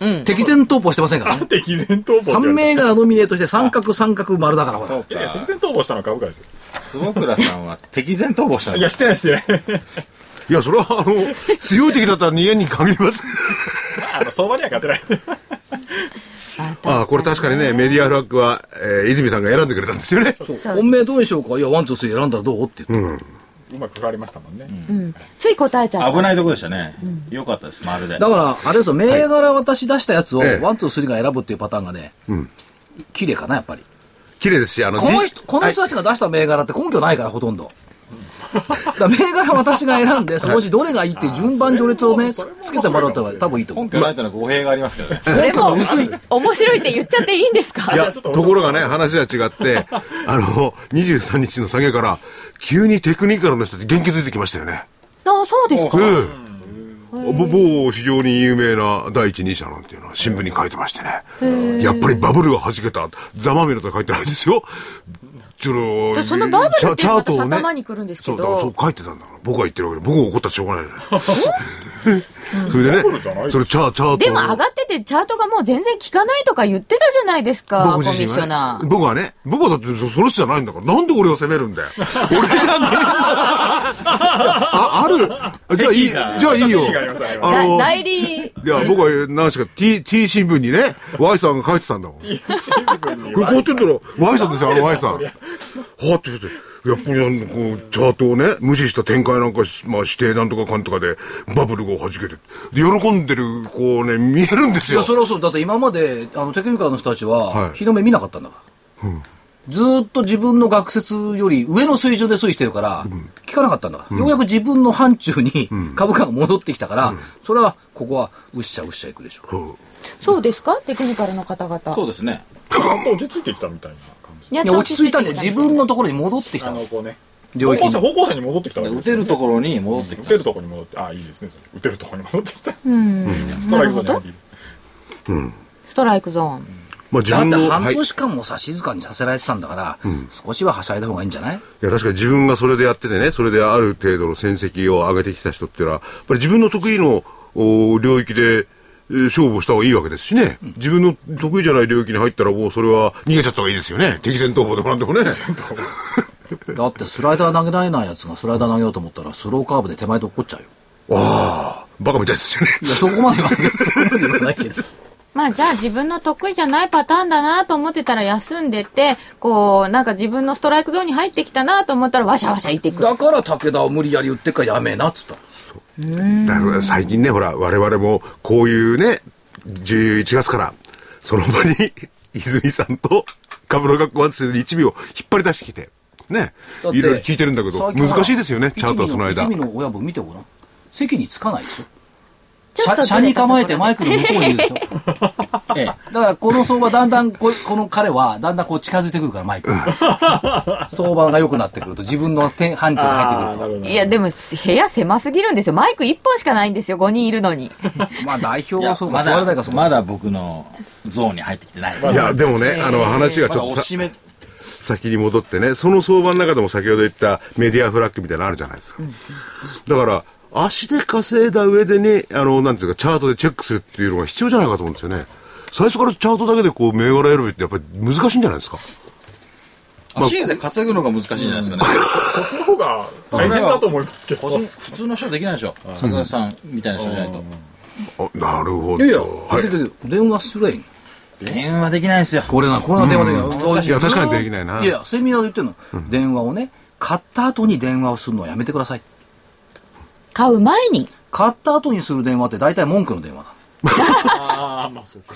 Speaker 1: うん。
Speaker 2: 適前投稿してませんからね。
Speaker 8: 適前逃亡って言われ
Speaker 2: 3
Speaker 8: た
Speaker 2: 銘柄ノミネートして、三角三角丸だから、ほ
Speaker 5: そ
Speaker 2: ら。
Speaker 5: う
Speaker 8: いやいや、適
Speaker 5: か
Speaker 8: 前逃亡したのは株価ですよ。
Speaker 5: 坪倉さんは敵前逃亡したん
Speaker 8: い
Speaker 5: で
Speaker 8: や、
Speaker 5: す
Speaker 8: してないしてない。
Speaker 4: いや、それは、あの、強い敵だったら2円に限ります。
Speaker 8: あの、相場には勝てない。
Speaker 4: ああ、これ確かにね、メディアフラッグは、えー泉さんが選んでくれたんですよね。
Speaker 2: 本命どうにしようか。いや、ワン、ツー、スリー選んだらどうって言って。
Speaker 8: うまくかかりましたもんね。
Speaker 1: つい答えちゃった。
Speaker 5: 危ないとこでしたねよかったですまるで
Speaker 2: だから、あれですよ、銘柄私出したやつを、
Speaker 4: ええ
Speaker 2: ワン、ツー、スリーが選ぶっていうパターンがね、綺麗かな、やっぱり。
Speaker 4: 綺麗ですし、あの、
Speaker 2: この
Speaker 4: D-
Speaker 2: 人、この人たちが出した銘柄って根拠ないから、ほとんど。だから銘柄私が選んで、そのうちどれがいいっていう順番序列をね、
Speaker 8: それ
Speaker 2: つ
Speaker 8: も
Speaker 2: つけてもらった方が多分いいと思う
Speaker 5: 根。拠ないというのは語弊があります けどね
Speaker 2: 根拠が薄い。
Speaker 1: 面白いって言っちゃっていいんですか
Speaker 4: いや、ところがね、話は違って、あの、23日の下げから、急にテクニカルの人って元気づいてきましたよね。
Speaker 1: あそうですか。
Speaker 4: うん。ぼ某非常に有名な第一人者なんていうのは新聞に書いてましてね。やっぱりバブルが弾けた。ざまみろとは書いてないですよ。その
Speaker 1: そのバブルっていうのが私頭にくるんですけ
Speaker 4: そう、
Speaker 1: ど
Speaker 4: だからそう書いてたんだから。僕は言ってるわけで、僕が怒ったってしょうがないじゃない。それでね、それチャーチャート。
Speaker 1: でも上がっててチャートがもう全然効かないとか言ってたじゃないですか、コミ
Speaker 4: 僕
Speaker 1: ッ
Speaker 4: 自身
Speaker 1: ショ
Speaker 4: は
Speaker 1: ナ
Speaker 4: ね。
Speaker 1: ー。
Speaker 4: 僕はね、僕はだってそその人じゃないんだから、なんで俺を責めるんだよ。俺じゃねえ。あ、ある。じゃあいい、じゃあいいよ
Speaker 8: 敵意がありましたね。今
Speaker 4: あ
Speaker 1: だ
Speaker 4: の、
Speaker 1: 代理、
Speaker 4: いや、僕は、何しか T、T 新聞にね、Y さんが書いてたんだもん。これこうやってんだろ、Y さんですよ、あの Y さん。はぁって言って、やっぱりなんかこう、チャートをね、無視した展開なんかし、まあ指定なんとかかんとかで、バブルが弾けて、で喜んでる、こうね、見えるんです
Speaker 2: いや、
Speaker 4: よ。
Speaker 2: それはそう。だって今まで、あの、テクニカルの人たちは
Speaker 4: は、い
Speaker 2: 日の目見なかったんだから。ずーっと自分の学説より上の水準で推移してるから、聞かなかったんだから。ようやく自分の範疇に株価が戻ってきたから、それは、ここは、うっしゃうっしゃいくでしょ。
Speaker 4: うん
Speaker 1: そうですかテクニカルの方々。
Speaker 5: そうですね
Speaker 8: っと落ち着いてきたみたいな感じ。
Speaker 1: やっ
Speaker 2: い
Speaker 1: と
Speaker 2: や落ち着いたんで
Speaker 1: 落
Speaker 2: 自分のところに戻ってきた
Speaker 8: あ
Speaker 2: の
Speaker 8: の、こうね、
Speaker 2: 領域
Speaker 8: 方向性、
Speaker 2: に
Speaker 8: 方向性に戻ってきたわけ
Speaker 5: 打
Speaker 8: です
Speaker 5: て
Speaker 8: よ
Speaker 5: るところに戻ってき
Speaker 8: 打
Speaker 5: た
Speaker 8: てるとこに戻って、あ、いいですね。それ打てるとこに戻ってきた。
Speaker 1: うん
Speaker 8: スト
Speaker 1: な
Speaker 8: ライ
Speaker 1: る
Speaker 8: ク
Speaker 1: ほ
Speaker 8: ゾーンに
Speaker 1: ど
Speaker 8: 入る。
Speaker 1: ストライクゾーン
Speaker 4: まあ自
Speaker 2: だっ
Speaker 4: 分
Speaker 2: て
Speaker 4: の、は
Speaker 2: 半
Speaker 4: い。い
Speaker 2: 年間もさ静かにさせられてたんだから、少しははしゃいだ方がいいんじゃない
Speaker 4: や、確かに自分がそれでやっててね、それである程度の戦績を上げてきた人っていうのは、やっぱり自分の得意のお領域で、えー勝負した方がいいわけですしね、自分の得意じゃない領域に入ったらもうそれは逃げちゃった方がいいですよね。敵戦闘法でもなんで もね。
Speaker 2: だってスライダー投げられないやつがスライダー投げようと思ったらスローカーブで手前で落っこっちゃうよ
Speaker 4: ああ、バカみたいですよね。
Speaker 2: いやそこまでは言わないけど
Speaker 1: まあじゃあ自分の得意じゃないパターンだなと思ってたら休んでて、こう、なんか自分のストライクゾーンに入ってきたなと思ったらわしゃわしゃいていく。
Speaker 2: だから武田を無理やり打ってっからやめえなっつったの
Speaker 4: だから最近ね、ほら、我々もこういうね、11月から、その場に 泉さんと株の学校祭の一味を引っ張り出してきて、ね、
Speaker 2: だって
Speaker 4: いろいろ聞いてるんだけど、
Speaker 2: 最近は
Speaker 4: 難しいですよね、チャートはその間
Speaker 2: 一。味の一味の親分見てごらん席につかないでしょ
Speaker 1: ちょっと
Speaker 2: 車車に構えてマイクの向こうにいるでしょ、ええ、だからこの相場だんだんここの彼はだんだんこう近づいてくるからマイクに相場が良くなってくると自分の手範疇に入ってく
Speaker 8: あ
Speaker 2: る
Speaker 8: ー
Speaker 2: と
Speaker 8: なるほど
Speaker 1: いや、でも部屋狭すぎるんですよ。マイク1本しかないんですよ。5人いるのに。
Speaker 2: まあ代表
Speaker 5: いや
Speaker 2: はそうか
Speaker 5: ま
Speaker 2: 座らないか
Speaker 5: だ
Speaker 2: そうか
Speaker 5: まだ僕のゾーンに入ってきてないです
Speaker 4: いや、でもね、あの話が
Speaker 5: ま
Speaker 4: ち
Speaker 5: だ
Speaker 4: ょっ
Speaker 5: お
Speaker 4: と
Speaker 5: し
Speaker 4: さ
Speaker 5: め
Speaker 4: 先に戻ってね、その相場の中でも先ほど言ったメディアフラッグみたいなのあるじゃないですか。だから、足で稼いだ上でね、あの、なんていうか、チャートでチェックするっていうのが必要じゃないかと思うんですよね。最初からチャートだけでこう、銘柄選びってやっぱり難しいんじゃないですか。
Speaker 5: 足で稼ぐのが難しいじゃないですかね
Speaker 8: そっちの方が大変だと思いますけど。
Speaker 5: 個人普通の人はできないでしょ桜田さんみたいな人じゃないと
Speaker 4: あなるほ
Speaker 2: い
Speaker 4: ど。
Speaker 2: やいや、
Speaker 4: はい。
Speaker 2: だけど電話すれん
Speaker 5: 電話できないんですよ
Speaker 2: これな、これな電話できない。
Speaker 4: いや確かにできないない
Speaker 2: や、セミナーで言ってるの、電話をね、買った後に電話をするのはやめてください。
Speaker 1: 買う前に。
Speaker 2: 買った後にする電話って大体文句の電話だ。
Speaker 8: ああ、まあそうか。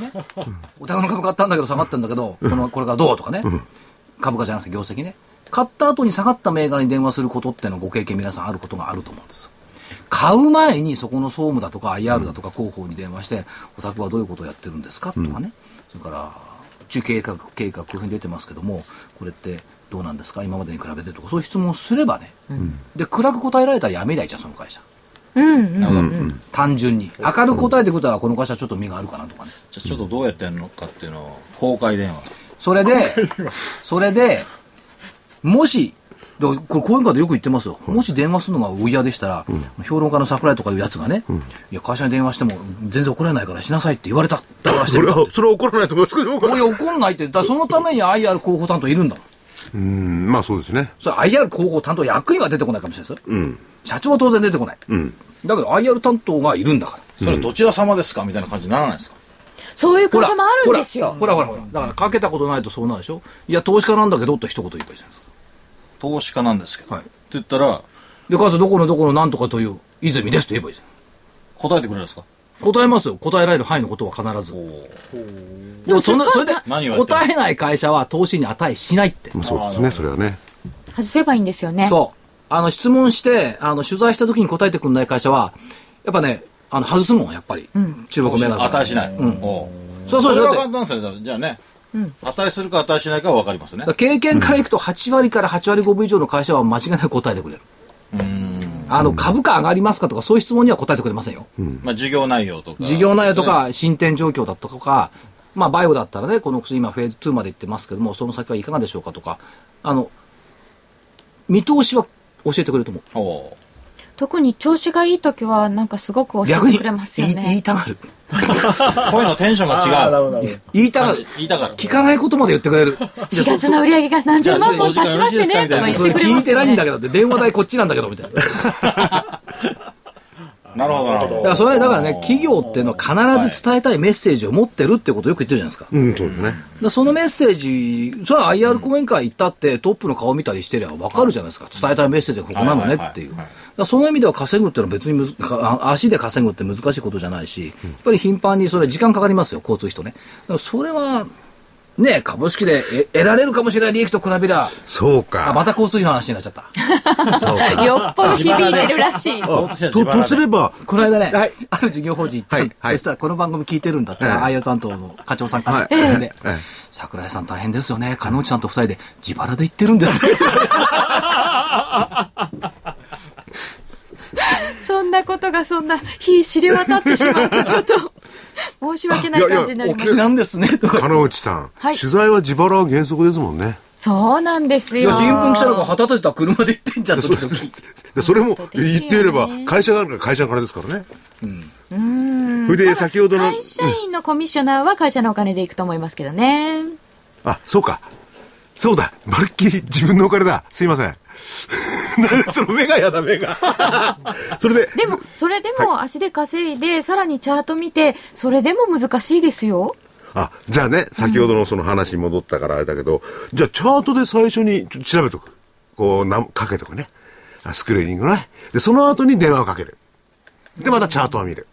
Speaker 2: お互いの株買ったんだけど下がったんだけど、このこれからどうとかね、株価じゃなくて業績ね。買った後に下がった銘柄に電話することってのはご経験皆さんあることがあると思うんですよ。買う前にそこの総務だとか IR だとか広報に電話して、お宅はどういうことをやってるんですかとかね、それから、中計画、計画、こういうふうに出てますけども、これってどうなんですか、今までに比べてとか、そういう質問をすればね、で暗く答えられたらやめりゃいいじゃん、その会社、
Speaker 1: うんうん。
Speaker 2: 単純に、明るく答えてくれたら、この会社ちょっと身があるかなとかね、
Speaker 5: じゃあちょっとどうやってやるのかっていうのを公開電話
Speaker 2: それで、それで、もし、だからこれ、講演会でよく言ってますよ。もし電話するのがお嫌でしたら、評論家の桜井とかいうやつがね、いや、会社に電話しても全然怒られないからしなさいって言われた。だからして
Speaker 4: そ
Speaker 2: る
Speaker 4: れ
Speaker 2: かって
Speaker 4: は、。それは怒らないと思いますけど、僕
Speaker 2: こ
Speaker 4: は
Speaker 2: れ怒んないって、だからそのために IR 広報担当いるんだもん。
Speaker 4: うん、まあそうですね。
Speaker 2: それ IR 広報担当役員は出てこないかもしれないですよ。社長は当然出てこない。だけど IR 担当がいるんだから。
Speaker 5: それどちら様ですかみたいな感じにならないですか
Speaker 1: そういう
Speaker 2: ほ
Speaker 1: 会
Speaker 2: ら、
Speaker 1: 社もあるんですよ。
Speaker 2: ほらほらほら。だからかけたことないとそうなるでしょ。いや、投資家なんだけどって一言言えばいいじゃないですか。
Speaker 5: 投資家なんですけど
Speaker 2: はい
Speaker 5: って言ったら
Speaker 2: で、かつどこのどこのなんとかという泉ですと言えばいいじゃん。
Speaker 5: 答えてくれるんですか
Speaker 2: 答えますよ。答えられる範囲のことは必ず。でもそんな、それで
Speaker 5: 何をやってる
Speaker 2: 答えない会社は投資に値しないって。
Speaker 4: そうですね、それはね。
Speaker 1: 外せばいいんですよね。
Speaker 2: そう。あの、質問して、あの、取材した時に答えてくんない会社は、やっぱね、あの、外すもん、やっぱり。中国銘柄。
Speaker 5: 値しない
Speaker 2: うん。
Speaker 5: おう
Speaker 2: そうそう
Speaker 5: それは
Speaker 2: だっ
Speaker 5: 簡
Speaker 2: て
Speaker 5: 単ですねじゃあね値するか値しないかは分かりますね
Speaker 2: だから経験からいくと8割から8割5分以上の会社は間違いなく答えてくれる。あの、株価上がりますかとか、そういう質問には答えてくれませんよ。
Speaker 5: まあ事業内容とか
Speaker 2: 事業内容とか進展状況だとか、まあ、バイオだったらね、この薬、今、フェーズ2まで行ってますけども、その先はいかがでしょうかとか、あの見通しは教えてくれると思う、
Speaker 5: おう
Speaker 1: 特に調子がいい時はなんかすごく教
Speaker 2: 逆
Speaker 1: えて
Speaker 2: に
Speaker 1: くれますよ
Speaker 2: 言い言い
Speaker 1: ね。
Speaker 2: たがる、
Speaker 5: 声のテンションが
Speaker 8: あーなる
Speaker 5: 違う
Speaker 8: ほどなるほど。
Speaker 2: 言いたが
Speaker 5: 感
Speaker 2: る
Speaker 5: じ、言いたから
Speaker 2: 聞かないことまで言ってくれる、
Speaker 1: 4月の売り上げが何十万本
Speaker 5: じゃあ
Speaker 1: 出しましてねとか言
Speaker 2: そ
Speaker 1: っ
Speaker 2: れ
Speaker 1: てくれ
Speaker 2: 聞
Speaker 1: ま
Speaker 2: い
Speaker 1: すよね。
Speaker 2: てないんだけどって、電話代こっちなんだけどみたいな、だか
Speaker 5: なるほどなるほど
Speaker 2: らそれねだからね、企業っていうのは必ず伝えたいメッセージを持ってるってことをよく言ってるじゃないですか。
Speaker 4: うん、そうですね。
Speaker 2: だからそのメッセージ、それは IR 講演会行ったって、トップの顔見たりしてりゃ分かるじゃないですか、伝えたいメッセージはここなのねっていう、だからその意味では稼ぐっていうのは別にむ ずかあ足で稼ぐって難しいことじゃないし、やっぱり頻繁にそれ、時間かかりますよ、交通費とね、だからそれはね、株式でえ得られるかもしれない利益と比べりゃ、
Speaker 4: そう
Speaker 2: あ、
Speaker 4: か。
Speaker 2: また交通費の話になっちゃった。
Speaker 4: そうか。
Speaker 1: よっぽど響いてるらしい。
Speaker 5: あと
Speaker 4: と、とすれば、
Speaker 2: この間ね、
Speaker 4: はい
Speaker 2: ある事業法人行って、
Speaker 4: はいはい
Speaker 2: そしたらこの番組聞いてるんだったら、
Speaker 4: ええ
Speaker 2: ああいう担当の課長さんから、
Speaker 4: はい。
Speaker 2: で
Speaker 4: ええ
Speaker 2: 桜井さん大変ですよね。金内さんと二人で自腹で行ってるんですよ。
Speaker 1: そんなことがそんな火知れ渡ってしまうとちょっと申し訳ない感じになり
Speaker 2: お
Speaker 1: ま
Speaker 2: 気に
Speaker 1: す。
Speaker 2: なんですね。とか。
Speaker 4: 金内さん、
Speaker 1: はい
Speaker 4: 取材は自腹は原則ですもんね。
Speaker 1: そうなんです
Speaker 2: い
Speaker 1: よ。
Speaker 2: や、新聞記者の方が旗立てた車で行ってんじゃん、時々。
Speaker 4: でそれ
Speaker 1: で
Speaker 4: も
Speaker 1: すよね
Speaker 4: 言っていれば、会社があるから会社の金ですからね。うん。それで、先ほどの、
Speaker 1: 会社員のコミッショナーは会社のお金で行くと思いますけどね。
Speaker 4: あ、そうか。そうだ。まるっきり自分のお金だ。すいません。 なんでその目がやだ、目が。 それで、
Speaker 1: でも、それでも足で稼いで、さらにチャート見て、それでも難しいですよ。
Speaker 4: あ、じゃあね、先ほどのその話に戻ったからあれだけど、じゃあチャートで最初にちょ調べとく。こう、なんかけとくね。あスクリーニングのね。で、その後に電話をかける。で、またチャートを見る。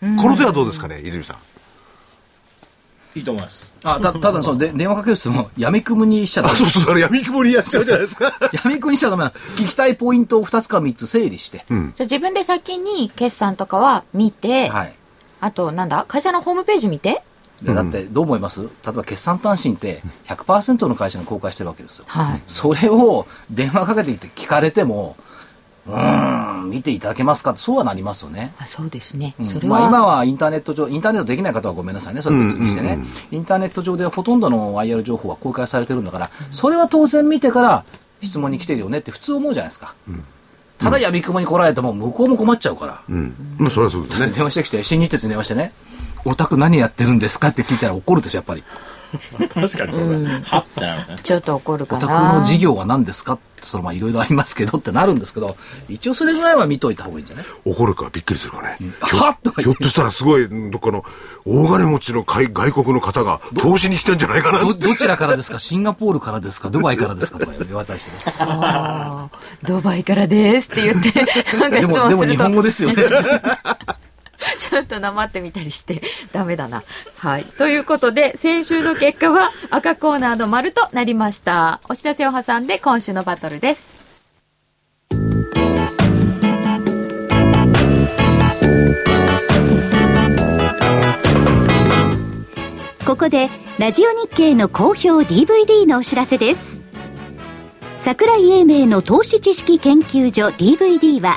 Speaker 4: この手はどうですかね、泉さん。
Speaker 5: いいと思います。
Speaker 2: あ、た、ただその、で電話かける人も、やみくもにしちゃダ
Speaker 4: あ、
Speaker 2: メ
Speaker 4: そう。そう、あれ闇雲にやっちゃうじゃないですか。
Speaker 2: やみくもにしちゃダメなの。聞きたいポイントを2つか3つ整理して、
Speaker 1: じゃあ自分で先に決算とかは見て、
Speaker 2: はい。
Speaker 1: あとなんだ会社のホームページ見て
Speaker 2: でだって、どう思います例えば、決算単身って100%の会社が公開してるわけですよ。
Speaker 1: はい。
Speaker 2: それを電話かけてきて聞かれても、うーん、見ていただけますかって、そうはなりますよね。
Speaker 1: あそうですね。
Speaker 2: うん
Speaker 1: それ
Speaker 2: まあ、
Speaker 1: は、
Speaker 2: 今はインターネット上、インターネットできない方はごめんなさいね、それは別にしてね、
Speaker 4: うんうん
Speaker 2: インターネット上ではほとんどの IR 情報は公開されてるんだから、それは当然見てから質問に来てるよねって普通思うじゃないですか。ただやみくもに来られても向こうも困っちゃうから、
Speaker 4: うん。まあ、それはそうですね。
Speaker 2: 電話してきて、新日鉄に電話してね、オタク何やってるんですかって聞いたら怒るでしょ、やっぱり。
Speaker 8: 確かにそうだよ。
Speaker 5: はってなりますね。
Speaker 1: ちょっと怒る
Speaker 2: オ
Speaker 1: か
Speaker 2: タク
Speaker 1: な。
Speaker 2: の事業は何ですかって、そのまあいろいろありますけどってなるんですけど、一応それぐらいは見といた方がいいんじゃない
Speaker 4: 怒るかびっくりするかね。
Speaker 2: はっとか
Speaker 4: ひ
Speaker 2: 言
Speaker 4: ょっ
Speaker 2: って
Speaker 4: としたらすごい、どっかの大金持ちの海外国の方が投資に来たんじゃないかな
Speaker 2: ど、どちらからですかシンガポールからですかドバイからですかとか言われたりしてね。
Speaker 1: あードバイからですっ て言って、なんか
Speaker 2: で
Speaker 1: 質
Speaker 2: も、で
Speaker 1: 問
Speaker 2: も
Speaker 1: する
Speaker 2: 日
Speaker 1: と
Speaker 2: 本、語ですよ ね。
Speaker 1: ちょっとなまってみたりして、 ダメだな。はい。ということで、先週の結果は赤コーナーの丸となりました。お知らせを挟んで今週のバトルです。
Speaker 6: ここでラジオ日経の好評 DVD のお知らせです桜井英明の投資知識研究所 DVD は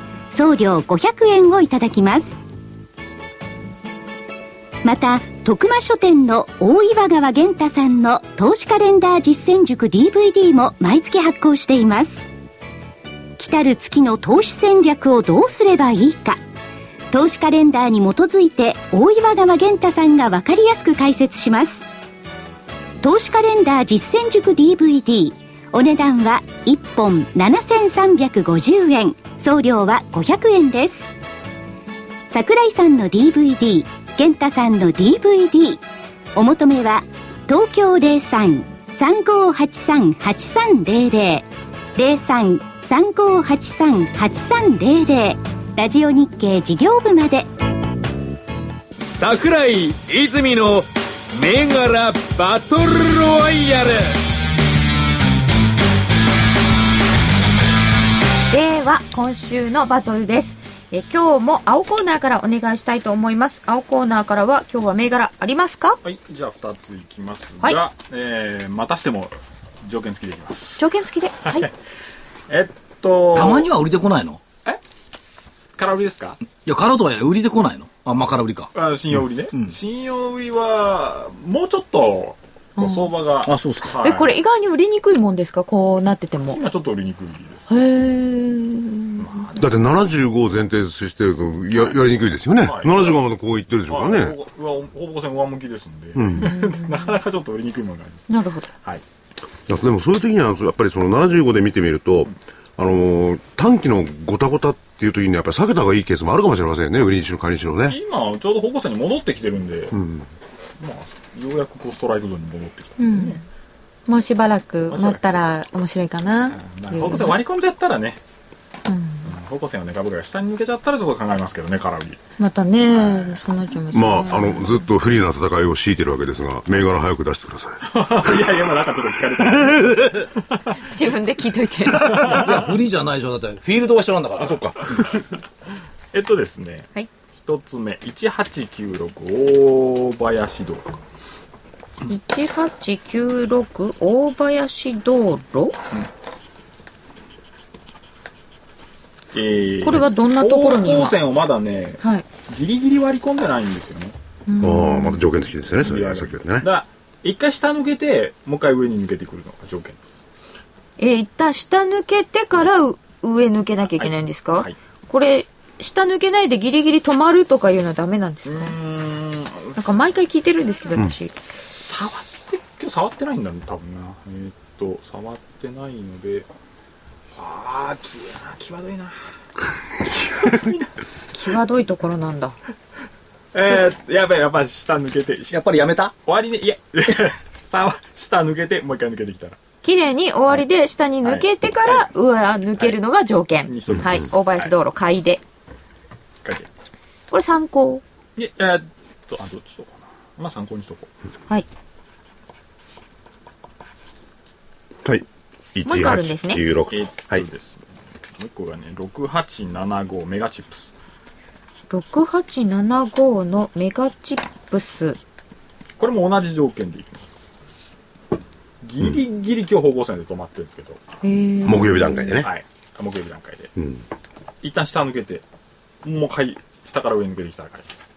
Speaker 6: 送料500円をいただきますまた徳間書店の大岩川源太さんの投資カレンダー実践塾 DVD も毎月発行しています来たる月の投資戦略をどうすればいいか投資カレンダーに基づいて大岩川源太さんが分かりやすく解説します投資カレンダー実践塾 DVD お値段は1本7350円送料は500円です桜井さんの DVD 源太さんの DVD お求めは東京03-3583-8300 03-3583-8300ラジオ日経事業部まで
Speaker 7: 桜井泉の銘柄バトルロワイヤル
Speaker 1: では、今週のバトルです。え今日も青コーナーからお願いしたいと思います。青コーナーからは今日は銘柄ありますか
Speaker 8: はい、じゃあ2ついきますが、
Speaker 1: はい
Speaker 8: えーまたしても条件付きでいきます。
Speaker 1: 条件付 きで。はい。
Speaker 8: えっと、
Speaker 2: たまには売りでこないの
Speaker 8: 空売りですか
Speaker 2: いや、空とはいえ売りでこないのあ、まあ、空売りか。
Speaker 8: あ信用売りね、信用売りはもうちょっとこう相場が、
Speaker 2: あそうっすか
Speaker 8: はい
Speaker 1: え、これ意外に売りにくいもんですかこうなってても。
Speaker 8: 今ちょっと売りにくいです
Speaker 1: へー。
Speaker 4: だって75を前提としてるとややりにくいですよね、
Speaker 8: はい
Speaker 4: 75までこういってるでしょうからね、
Speaker 8: 方向線上向きですんで、 なかなかちょっと売りにくいものがあります。
Speaker 1: なるほど。
Speaker 8: はい。
Speaker 4: いやでもそういう時にはやっぱりその75で見てみると、あのー短期のごたごたっていう時にやっぱり避けた方がいいケースもあるかもしれませんね売りにしろ買いにしろね
Speaker 8: 今、ちょうど方向線に戻ってきてるんで、まあ、ようやくこうストライクゾーンに戻ってきた。
Speaker 1: うん。もうしばらく待ったら面白いかなっていう。
Speaker 8: 方向線割り込んじゃったらね、方向線をね、株価が下に抜けちゃったらちょっと考えますけどね、空売り。
Speaker 1: またね、そうなっちゃいますね。
Speaker 4: まああのずっと不利な戦いを強いてるわけですが銘柄早く出してください
Speaker 8: いやいや、まあなんかちょっと聞かれた。
Speaker 1: 自分で聞いとい て。
Speaker 2: いや、フリーじゃないでしょ。だって、フィールドが一緒なんだから。あ、そっか。
Speaker 8: えっとですね、
Speaker 1: はい
Speaker 8: 一つ目、1896、大林道路。
Speaker 1: 1896大林道路
Speaker 8: えー
Speaker 1: これはどんなところに今
Speaker 8: 方向線をまだね、
Speaker 1: はい。
Speaker 8: ギリギリ割り込んでないんですよね。
Speaker 4: ああまた条件付きですよねそれはさっき言った
Speaker 8: だ
Speaker 4: ね
Speaker 8: から一回下抜けてもう一回上に抜けてくるのが条件です
Speaker 1: えー、一旦下抜けてからう上抜けなきゃいけないんですか、
Speaker 8: はいはい
Speaker 1: これ、下抜けないでギリギリ止まるとかいうのはダメなんですか、
Speaker 8: うん
Speaker 1: なんか毎回聞いてるんですけど、私。
Speaker 8: 触って今日触ってないんだろう多分なえーっと触ってないのでああきあー際どいな際どいな
Speaker 1: 際どいところなんだ。
Speaker 8: えー、やばいやばい下抜けてし
Speaker 2: やっぱりやめた
Speaker 8: 終わりねいや 触下抜けてもう一回抜けてきたら
Speaker 1: 綺麗に終わりで下に抜けてから上抜けるのが条件。
Speaker 8: はいにしときま
Speaker 1: はい。
Speaker 8: す
Speaker 1: 大林道路買いで。
Speaker 8: 一回で
Speaker 1: これ参考。
Speaker 8: いやえーっとあどっちとかなまあ参考にしとこう
Speaker 1: はい。
Speaker 4: はい
Speaker 1: もう一個あるんですね
Speaker 8: えー
Speaker 4: 1896
Speaker 8: っとですね、もう一個がね6875メガチップス
Speaker 1: 6875のメガチップス。
Speaker 8: これも同じ条件でいきますギリギリ今日方向線で止まってるんですけど、
Speaker 1: へー
Speaker 4: 木曜日段階でね
Speaker 8: はい木曜日段階で
Speaker 4: うん
Speaker 8: 一旦下抜けてもうはい下から上に抜けてきたら買いです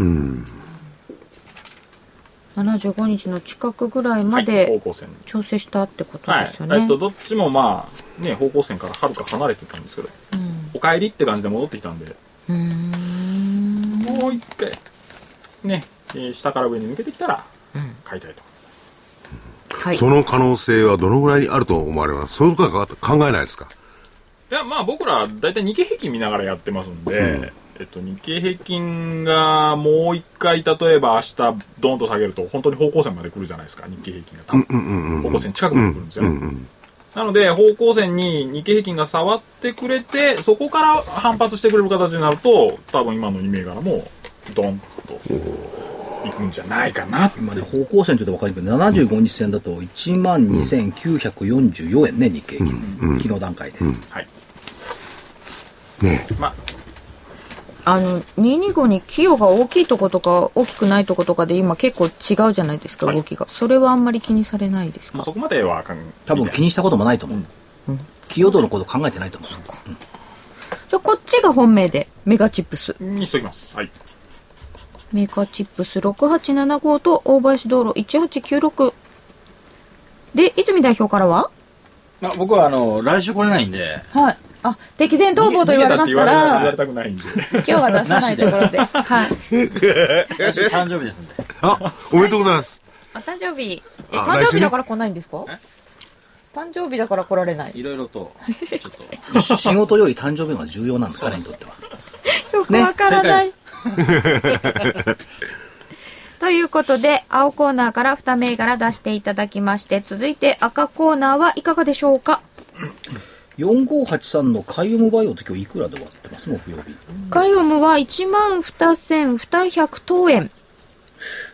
Speaker 4: うん
Speaker 1: 75日の近くぐらいま
Speaker 8: はい、方
Speaker 1: で
Speaker 8: 向線
Speaker 1: 調整したってこと
Speaker 8: はい、
Speaker 1: ですよね。
Speaker 8: えっとどっちもまあね方向線からはるか離れてたんですけどお帰りって感じで戻ってきたんで
Speaker 1: うん。うーん
Speaker 8: もう一回ね、えー下から上に抜けてきたら買いたいと、
Speaker 1: はい。
Speaker 4: その可能性はどのぐらいあると思われますそういうことは考えないですか
Speaker 8: いやまあ僕ら大体日経平均見ながらやってますんで、えっと、日経平均がもう一回例えば明日ドンと下げると本当に方向線まで来るじゃないですか日経平均が多分、
Speaker 4: うんうんうん
Speaker 8: 方向線近くまで来るんですよ、
Speaker 4: うんうん
Speaker 8: なので方向線に日経平均が触ってくれてそこから反発してくれる形になると多分今の2銘柄もドンといくんじゃないかな
Speaker 2: 今ね、方向線というと分かりにくいけど、75日線だと1万2944円ね、日経平均。昨日段階で。
Speaker 8: はい
Speaker 4: ね
Speaker 8: まあ
Speaker 1: あの、225に寄与が大きいとことか、大きくないとことかで今結構違うじゃないですか、
Speaker 8: はい
Speaker 1: 動きが。それはあんまり気にされないです
Speaker 8: も
Speaker 1: か
Speaker 8: うそこまでは考え
Speaker 2: 多分気にしたこともないと思う。寄与度のこと考えてないと思う。うん
Speaker 1: じゃあこっちが本命で、メガチップス。
Speaker 8: にしときますはい
Speaker 1: メガチップス6875と大林道路1896。で、泉代表からは
Speaker 5: あ僕はあの来週来れないんで
Speaker 1: はい。あ、敵前逃亡と言われますか
Speaker 8: 逃げ
Speaker 1: ら、
Speaker 8: たって言われ言われたくないんで
Speaker 1: 今日は出さ ないところで。はい。
Speaker 5: 来週誕生日ですんで
Speaker 4: あおめでとうございます
Speaker 1: お誕生日、え、
Speaker 4: あ
Speaker 1: 誕
Speaker 4: 来
Speaker 1: 生
Speaker 4: 週
Speaker 1: 日
Speaker 4: ね
Speaker 1: だから来ないんですか誕生日だから来られない。
Speaker 5: いろいろとちょっと
Speaker 2: 仕事より誕生日の方が重要なんです、彼にとっては。
Speaker 1: よくわからない。
Speaker 5: 正
Speaker 1: ということで、青コーナーから2銘柄出していただきまして、続いて赤コーナーはいかがでしょうか
Speaker 2: 4583の海運バイオって今日いくらで終わってます木曜日。
Speaker 1: カイオムは1万2200等円。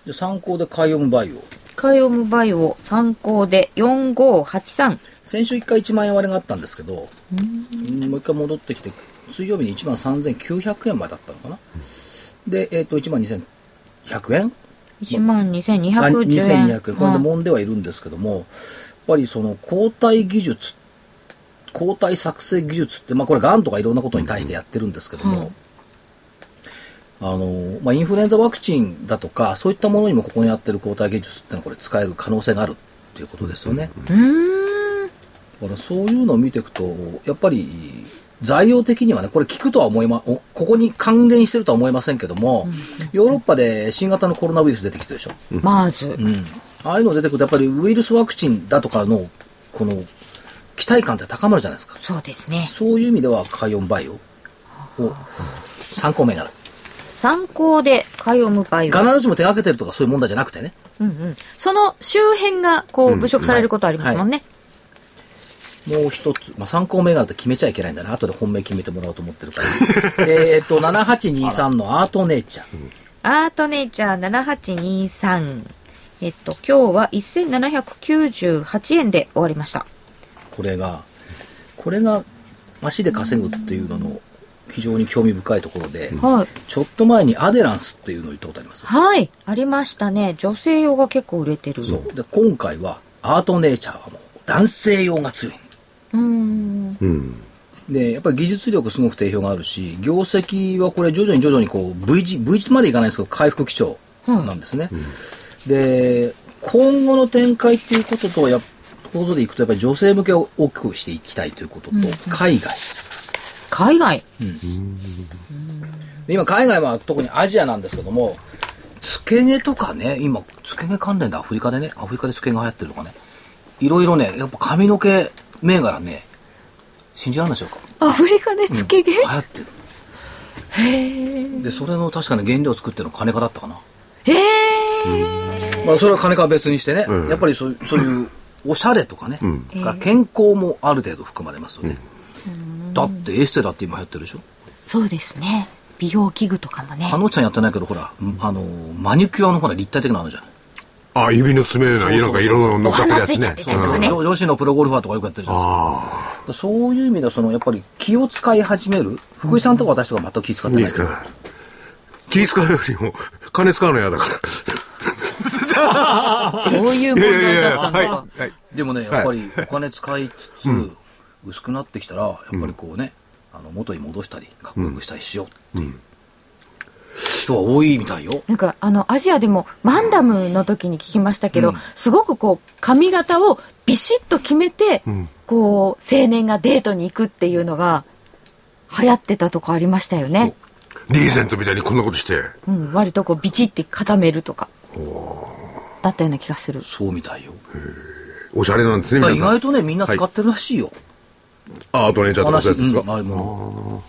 Speaker 2: で参考で海運バイオ。
Speaker 1: カイオムバイオ参考で4583。
Speaker 2: 先週1回1万円割れがあったんですけど、うんもう1回戻ってきて、水曜日に1万3900円までだったのかな。で、えっ、と、1万2100円
Speaker 1: 1万
Speaker 2: あ
Speaker 1: 2210円。
Speaker 2: 2200円、これで揉んではいるんですけども、やっぱりその交代技術、交代作成技術って、まあ、これ、がんとかいろんなことに対してやってるんですけども、あのまあ、インフルエンザワクチンだとか、そういったものにもここにあってる交代技術ってのは、これ、使える可能性があるっていうことですよね。
Speaker 1: うーん。
Speaker 2: だからそういうのを見ていくと、やっぱり、材料的にはね、これ聞くとは思いま、おここに関連してるとは思いませんけども、ヨーロッパで新型のコロナウイルス出てきてるでしょ。
Speaker 1: まず、
Speaker 2: うん、ああいうの出てくると、やっぱりウイルスワクチンだとかの、この、期待感って高まるじゃないですか。
Speaker 1: そうですね。
Speaker 2: そういう意味では、海4バイオを参考名になる。
Speaker 1: 参考で海をむ場合
Speaker 2: ガ
Speaker 1: は、
Speaker 2: ナルチも手がけてるとかそういう問題じゃなくてね。
Speaker 1: うんうん、その周辺がこう物色されることありますもんね。
Speaker 2: もう一つ、まあ、参考銘柄って決めちゃいけないんだな。後で本命決めてもらおうと思ってるから。えーっと、7823のアートネイチャー。
Speaker 1: アートネイチャー7823。えっと、今日は1798円で終わりました。
Speaker 2: これが、これが足で稼ぐっていうのの非常に興味深いところで、
Speaker 1: はい。
Speaker 2: ちょっと前にアデランスっていうのを言ったことあります。
Speaker 1: はい。ありましたね。女性用が結構売れてる。う
Speaker 2: で今回はアートネイチャーはもう男性用が強い
Speaker 1: ーん。
Speaker 4: うん。
Speaker 2: でやっぱり技術力すごく定評があるし業績はこれ徐々に徐々にこう V 字 V 字までいかないですけど回復基調なんですね、で今後の展開っていうこととやっことでいくとやっぱり女性向けを大きくしていきたいということと、海外
Speaker 1: 海外。
Speaker 2: で今海外は特にアジアなんですけども付け根とかね今付け根関連でアフリカでねアフリカで付け根が流行ってるとかねいろいろねやっぱ髪の毛銘柄ね信じられないでしょうか
Speaker 1: アフリカで付け毛、
Speaker 2: 流行ってるへえでそれの確かに原料作ってるの金化だったかな
Speaker 1: へ
Speaker 2: まあそれは金化は別にしてね、
Speaker 4: うん
Speaker 2: やっぱりそうそういうおしゃれとかね、
Speaker 4: ん
Speaker 2: だから健康もある程度含まれますよね、だってエステだって今流行ってるでしょ
Speaker 1: そうですね。美容器具とかもね。
Speaker 2: 彼女ちゃんやってないけどほらあのマニキュアのほら立体的なのあるじゃない
Speaker 4: あ、指の爪のなんか色の乗っかってる
Speaker 1: お花
Speaker 4: やつね。
Speaker 1: ついちゃってるやつね
Speaker 2: 女女子のプロゴルファーとかよくやってるじゃないですか
Speaker 4: あ
Speaker 2: だからそういう意味ではそのやっぱり気を使い始める福井さんとか私とか全く気使
Speaker 4: あ。
Speaker 2: っ
Speaker 4: い
Speaker 2: て
Speaker 4: い
Speaker 2: な
Speaker 4: で
Speaker 2: い
Speaker 4: す
Speaker 2: けど、
Speaker 4: か。気使うよりも、金使うの嫌 だから。
Speaker 1: そういう問題だったのか。
Speaker 4: はい。はい。
Speaker 2: でもねやっぱりお金使いつつ、薄くなってきたらやっぱりこうね、あの元に戻したりかっこよくしたりしようっていう、人は多いみたいよ
Speaker 1: なんかあのアジアでもマンダムの時に聞きましたけど、すごくこう髪型をビシッと決めて、こう青年がデートに行くっていうのが流行ってたとこありましたよね。
Speaker 4: リーゼントみたいにこんなことして。
Speaker 1: うん、割とこうビチって固めるとかだったような気がする。
Speaker 2: そうみたいよ
Speaker 4: おしゃれなんですね、
Speaker 2: だから
Speaker 4: 皆
Speaker 2: 意
Speaker 4: さん。
Speaker 2: 外とねみんな使ってるらしいよ、
Speaker 4: アートネイチャーとかそう
Speaker 2: 話、
Speaker 4: いうやつです
Speaker 2: うん、
Speaker 4: か
Speaker 2: ああいうもの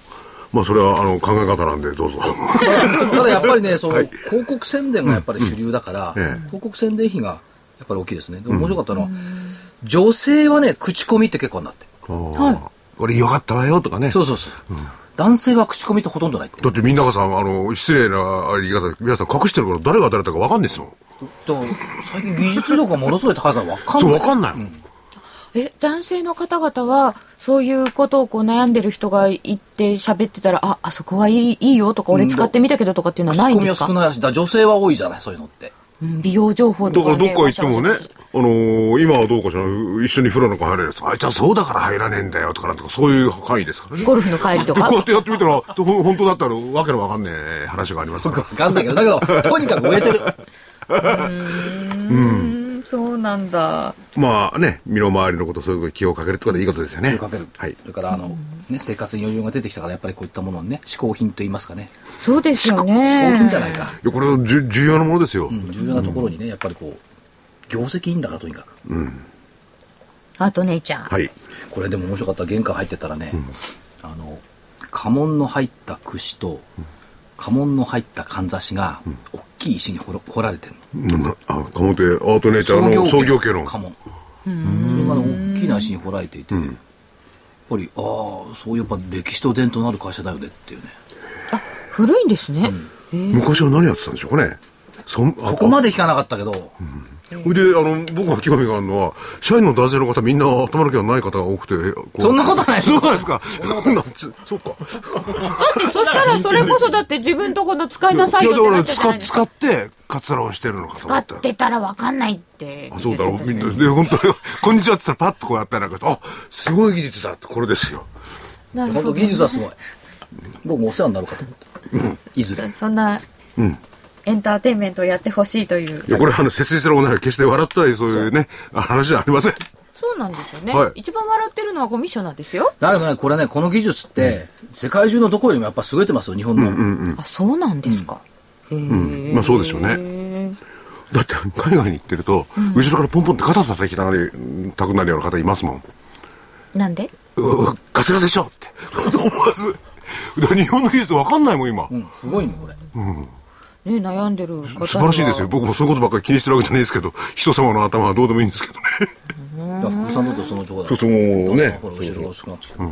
Speaker 4: まあ、それは、あの、考え方なんで、どうぞ。
Speaker 2: ただ ただやっぱりねその、広告宣伝がやっぱり主流だから、
Speaker 4: うんええ
Speaker 2: 広告宣伝費がやっぱり大きいですねでも面白かったのは、女性はね口コミって結構あるんだって
Speaker 4: ああ俺、よかったわよ、とかね。
Speaker 2: そうそうそう、男性は口コミってほとんどないって
Speaker 4: だってみんながさ、あの、失礼な言い方で、皆さん隠してるから誰が誰だかわかんないですもん。
Speaker 2: でも最近技術力がものすごい高いから分かん
Speaker 4: そ
Speaker 2: な
Speaker 4: う、
Speaker 2: い
Speaker 4: わかんないもん。
Speaker 1: え男性の方々はそういうことをこう悩んでる人がいて喋ってたらああそこはいいいいよとか俺使ってみたけどとかっていうのはない
Speaker 2: 口
Speaker 1: ん
Speaker 2: コ
Speaker 1: で
Speaker 2: ミは
Speaker 1: すか
Speaker 2: 少。ないらしいだから女性は多いじゃないそういうのって
Speaker 1: うん美容情報
Speaker 4: だ
Speaker 1: と
Speaker 4: か
Speaker 1: からね
Speaker 4: どっか行ってもね
Speaker 1: わしゃわしゃ、
Speaker 4: あのー今はどうかしら、う一緒に風呂なんか入れるやつ、あいつはそうだから入らねえんだよとかなんとか、そういう範囲ですからね。
Speaker 1: ゴルフの帰りと
Speaker 4: でこ
Speaker 1: か
Speaker 4: う。やってやってみたら、ほん本当だったらわけのわかんねえ話がありますから。
Speaker 2: 分かんないけどだけどとにかく売れてる
Speaker 1: うんそうなんだ。
Speaker 4: まあね、身の回りのこと、そういうことに気をかけるとかでいいことですよね。
Speaker 2: かける、
Speaker 4: はい。
Speaker 2: それからあの、ね、生活に余裕が出てきたからやっぱりこういったものをね嗜好品と言いますかね
Speaker 1: そうですよね。
Speaker 2: 嗜好品じゃないか、
Speaker 4: いやこれはじゅ重要なものですよ。
Speaker 2: うん、重要なところにねやっぱりこう業績いいんだからとにかく
Speaker 1: あと姉ちゃん。
Speaker 4: はい。
Speaker 2: これでも面白かった玄関入ってたらね、あの家紋の入った櫛と家紋の入ったかんざしが大きい石に掘ろ掘られてる
Speaker 4: なんだ、あ、かもて、アートネイチャー
Speaker 2: の
Speaker 4: の創業家の。
Speaker 2: 家紋それがね大きな石に掘られていて、やっぱりああそういうやっぱ歴史と伝統のある会社だよねっていうね
Speaker 1: 古いんですね。
Speaker 4: 昔は何やってたんでしょうかね。そんあ
Speaker 2: ここまで聞かなかったけど、
Speaker 4: それで、あの、僕が興味があるのは、社員の男性の方、みんな頭の毛がない方が多くて、えこう
Speaker 2: そんなことない
Speaker 4: そうなんですか。 なんつそうか。
Speaker 1: でそしたらそれこそだって自分とこの使いなさい
Speaker 4: い
Speaker 1: よ
Speaker 4: や、
Speaker 1: っ
Speaker 4: だ
Speaker 1: て
Speaker 4: か
Speaker 1: なっちゃうじゃな
Speaker 4: ら、使、
Speaker 1: いですか。
Speaker 4: 使って、カツラをしてるのかと思
Speaker 1: 使っ
Speaker 4: った。
Speaker 1: てたらわかんないって。
Speaker 4: あそうだろう。みんな、
Speaker 1: な。
Speaker 4: で、本当に、 こんにちはって言ったら、パッとこうやったら、なんかあ、すごい技術だって、これですよ。
Speaker 1: なる
Speaker 2: 本
Speaker 1: ほ
Speaker 2: 当
Speaker 1: ど。
Speaker 2: 技術はすごい僕もお世話になるかと思っていずれ
Speaker 1: そんな、エンターテインメントをやってほしいという
Speaker 4: い。や、これ、あの、切実なことなら、決して笑ったり、そういうね、話じゃありません。
Speaker 1: そうなんですよね、
Speaker 4: はい
Speaker 1: 一番笑ってるのはコミッショナーですよ
Speaker 2: だけどね、これね、この技術って、世界中のどこよりもやっぱ優れてますよ、日本の。
Speaker 1: あそうなんですか、へえ
Speaker 4: まあそうでしょうねだって海外に行ってると、後ろからポンポンって肩叩きたがりたくなるような方いますもん
Speaker 1: なんで
Speaker 4: ううカスラでしょって 思わずだから日本の技術わかんないもん今、
Speaker 2: うん、すごいね、これ。
Speaker 1: ね悩んでる方
Speaker 4: 素晴らしいですよ僕もそういうことばっかり気にしてるわけじゃないですけど人様の頭はどうでもいいんですけどね
Speaker 2: だから福井さんだとその情報だ
Speaker 4: そうそうね
Speaker 2: ほら、後ろが薄くなってきた。ま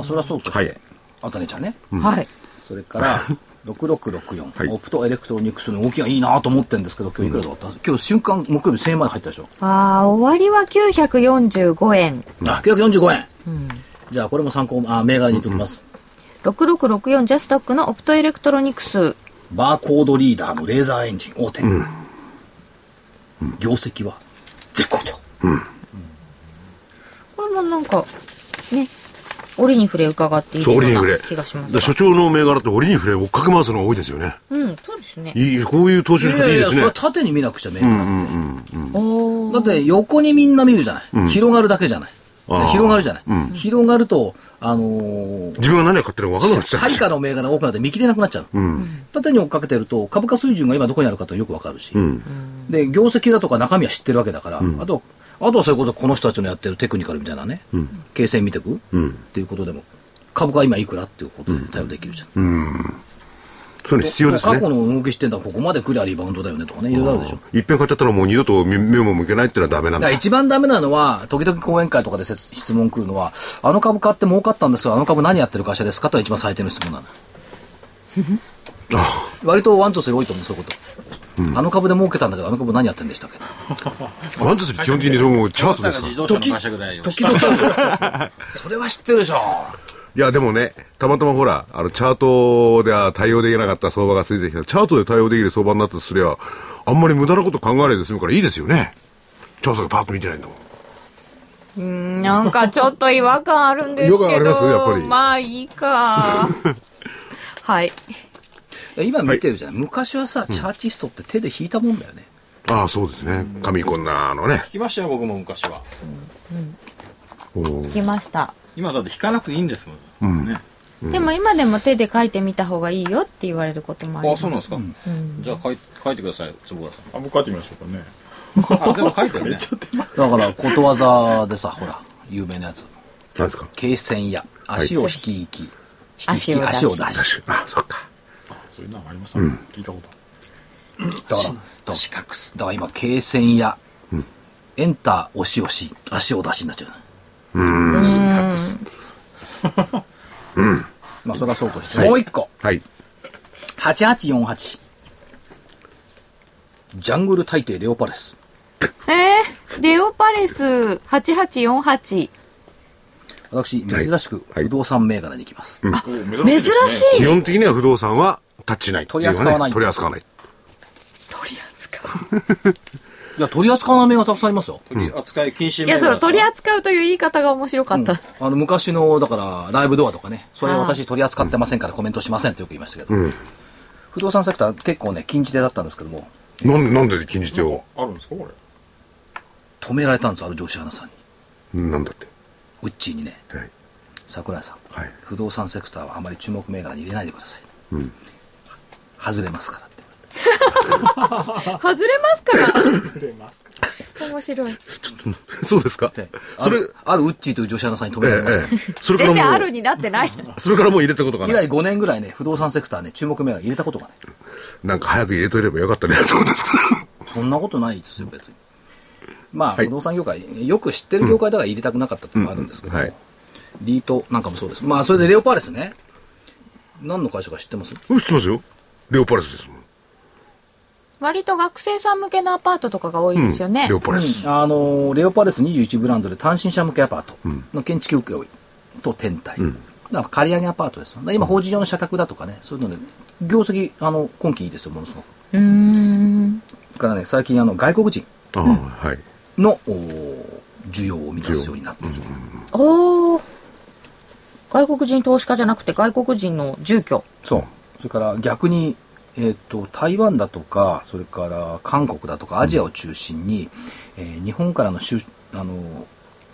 Speaker 2: あ、それはそうとして、
Speaker 4: はい
Speaker 2: あとねちゃんね。
Speaker 1: はい
Speaker 2: それから、6664、
Speaker 4: はい
Speaker 2: オプトエレクトロニクスの動きがいいなと思ってるんですけど、今日いくらだった、今日瞬間、木曜日1000円まで入ったでしょ。
Speaker 1: ああ終わりは945円
Speaker 2: あ、945円。じゃあ、これも参考、あ、銘柄に言っておきます。
Speaker 1: 6664ジャスタックのオプトエレクトロニクス
Speaker 2: バーコードリーダーのレーザーエンジン大手、業績は絶好調
Speaker 1: これもなんかね折に触れ伺っている
Speaker 4: そう折に
Speaker 1: よう
Speaker 4: 触れ
Speaker 1: な気がします
Speaker 4: だから所長の銘柄って折に触れ追っかけ回すのが多いですよね
Speaker 1: うんそうですね
Speaker 4: いいこういう投資の仕方いいです
Speaker 2: それ
Speaker 4: ね
Speaker 2: は縦に見なくちゃ銘柄、
Speaker 1: お
Speaker 2: だって横にみんな見るじゃない、広がるだけじゃない
Speaker 4: あー
Speaker 2: 広がるじゃない、広がるとあのー
Speaker 4: 自分は何を買ってるのか分からなくちゃ
Speaker 2: 配下の銘柄が多くなって見切れなくなっちゃう、縦に追っかけてると株価水準が今どこにあるかってよくわかるし、で業績だとか中身は知ってるわけだから、あとあとはそれこそこの人たちのやってるテクニカルみたいなね、形成見てく、っていうことでも株価は今いくらっていうことに対応できるじゃん、
Speaker 4: そういうの必要です
Speaker 2: 過去
Speaker 4: ね
Speaker 2: の動きしてんだここまで来りゃリバウンドだよねとかねいろいろあるでしょ
Speaker 4: いっぺん買っちゃったらもう二度と目目も向けないっていうのはダメなん
Speaker 2: だか
Speaker 4: だ
Speaker 2: ら一番ダメなのは、時々講演会とかで説質問来るのは、あの株買って儲かったんですが、あの株何やってる会社ですかとは一番最低の質問なの。
Speaker 4: あ
Speaker 2: 割とワンとする多いと思う、そういうこと。あの株で儲けたんだけど、あの株何やってんでしたっけ
Speaker 4: ワンツースリー基本的にそのチャート
Speaker 5: な
Speaker 4: です
Speaker 5: んか
Speaker 4: から
Speaker 5: 自動車の会社ぐらいを
Speaker 2: 時々、それは知ってるでし ょ。
Speaker 4: いや、でもね、たまたまほら、あの、チャートでは対応できなかった相場がついてきた。チャートで対応できる相場になったとすれば、あんまり無駄なこと考えないで済むからいいですよね。チャートがパッと見てないんだもん。
Speaker 1: なんかちょっと違和感あるんですけど
Speaker 4: 違和感ありますやっぱり
Speaker 1: まあいい かはい
Speaker 2: 今見てるじゃない。昔はさ、チャーチストって手で引いたもんだよね。
Speaker 4: ああ、そうですね。紙こんなのね。
Speaker 5: 聞きましたよ僕も昔は
Speaker 1: 聞きました、
Speaker 5: 今だって引かなくていいんですもんね
Speaker 1: でも今でも手で書いてみた方がいいよって言われることもあり
Speaker 5: あ
Speaker 1: ます
Speaker 5: そうなんですかじゃあ書い書いてください坪倉さん
Speaker 8: あ僕書いてみましょうかね
Speaker 5: あでも書いてるね
Speaker 2: だから、ことわざでさ、ほら、有名なやつ。
Speaker 4: なんですか
Speaker 2: 軽線や、足を引き行き、引き引き
Speaker 1: 足を出し
Speaker 2: 足を出し。
Speaker 4: あ、そっか。
Speaker 8: そういうのがありましたね、聞いたこと
Speaker 2: だから、四角す。だから今、軽線や、エンター押し押し、足を出しになっちゃう。 うん。まあ、それはそうとして。もう一個。
Speaker 4: はい。
Speaker 2: 8848。ジャングル大帝レオパレス。
Speaker 1: えー、レオパレス8848
Speaker 2: 私、珍しく
Speaker 4: はい
Speaker 2: 不動産銘柄に行きます。
Speaker 8: お
Speaker 1: 珍
Speaker 8: 珍
Speaker 1: し
Speaker 8: しいですね
Speaker 4: 基本的には不動産はタッチないってうの
Speaker 2: 取り扱わ
Speaker 4: は
Speaker 2: ない
Speaker 4: ね。取り扱わない。
Speaker 1: 取り扱う
Speaker 2: いや、取り扱わない銘柄たくさんありますよ。
Speaker 5: 取り扱い禁止
Speaker 1: いやその取り扱うという言い方が面白かった、
Speaker 2: あの、昔の、だから、ライブドアとかね、それ私取り扱ってませんからコメントしませんってよく言いましたけど、不動産セクター結構ね、禁じ手だったんですけども、
Speaker 4: なんで、なんで禁じ手を。
Speaker 8: あるんですかこれ
Speaker 2: 止められたんです、ある上司アナさんに。
Speaker 4: なんだって。
Speaker 2: ウッチーにね、
Speaker 4: はい。
Speaker 2: 桜井さん、
Speaker 4: はい
Speaker 2: 不動産セクターはあまり注目銘柄に入れないでください。外れますからって。
Speaker 1: 外れますから面白い
Speaker 4: そうですか
Speaker 2: で
Speaker 4: それ
Speaker 2: あ、るあるウッチーという女子アナさんに止め
Speaker 4: え
Speaker 2: られました、
Speaker 4: え、ええ。それか
Speaker 1: 全然あ
Speaker 4: らも
Speaker 1: るになってない
Speaker 4: う、それからもう入れたことが
Speaker 2: 以
Speaker 4: ない。
Speaker 2: 来5年ぐらいね、不動産セクターね、注目銘柄入れたことがない。
Speaker 4: なんか早く入れといればよかったね、と思うんです
Speaker 2: そんなことないですよ、別に。まあ、
Speaker 4: はい
Speaker 2: 不動産業界、よく知ってる業界だから入れたくなかったってのもあるんですけ
Speaker 4: け
Speaker 2: ど、
Speaker 4: ど。はい。
Speaker 2: リートなんかもそうです。まあ、それでレオパレスね。何の会社か知ってます
Speaker 4: うん知ってますよ。レオパレスですもん。
Speaker 1: 割と学生さん向けのアパートとかが多いですよね、
Speaker 4: レオパレス。
Speaker 2: あの、レオパレス21ブランドで単身者向けアパートの建築請負と天体。だから借り上げアパートですよ。だから今、法事上の社宅だとかね、そういうので、業績、あの、今期いいですよ、ものすごく。
Speaker 1: うーん
Speaker 2: だからね、最近、あの、外国人
Speaker 4: ああ、はい。
Speaker 2: の、お需要を満たすようになってきて、
Speaker 1: おー外国人投資家じゃなくて外国人の住居
Speaker 2: そう。それから逆に、えっ、と、台湾だとか、それから韓国だとか、アジアを中心に、えー日本からの出あの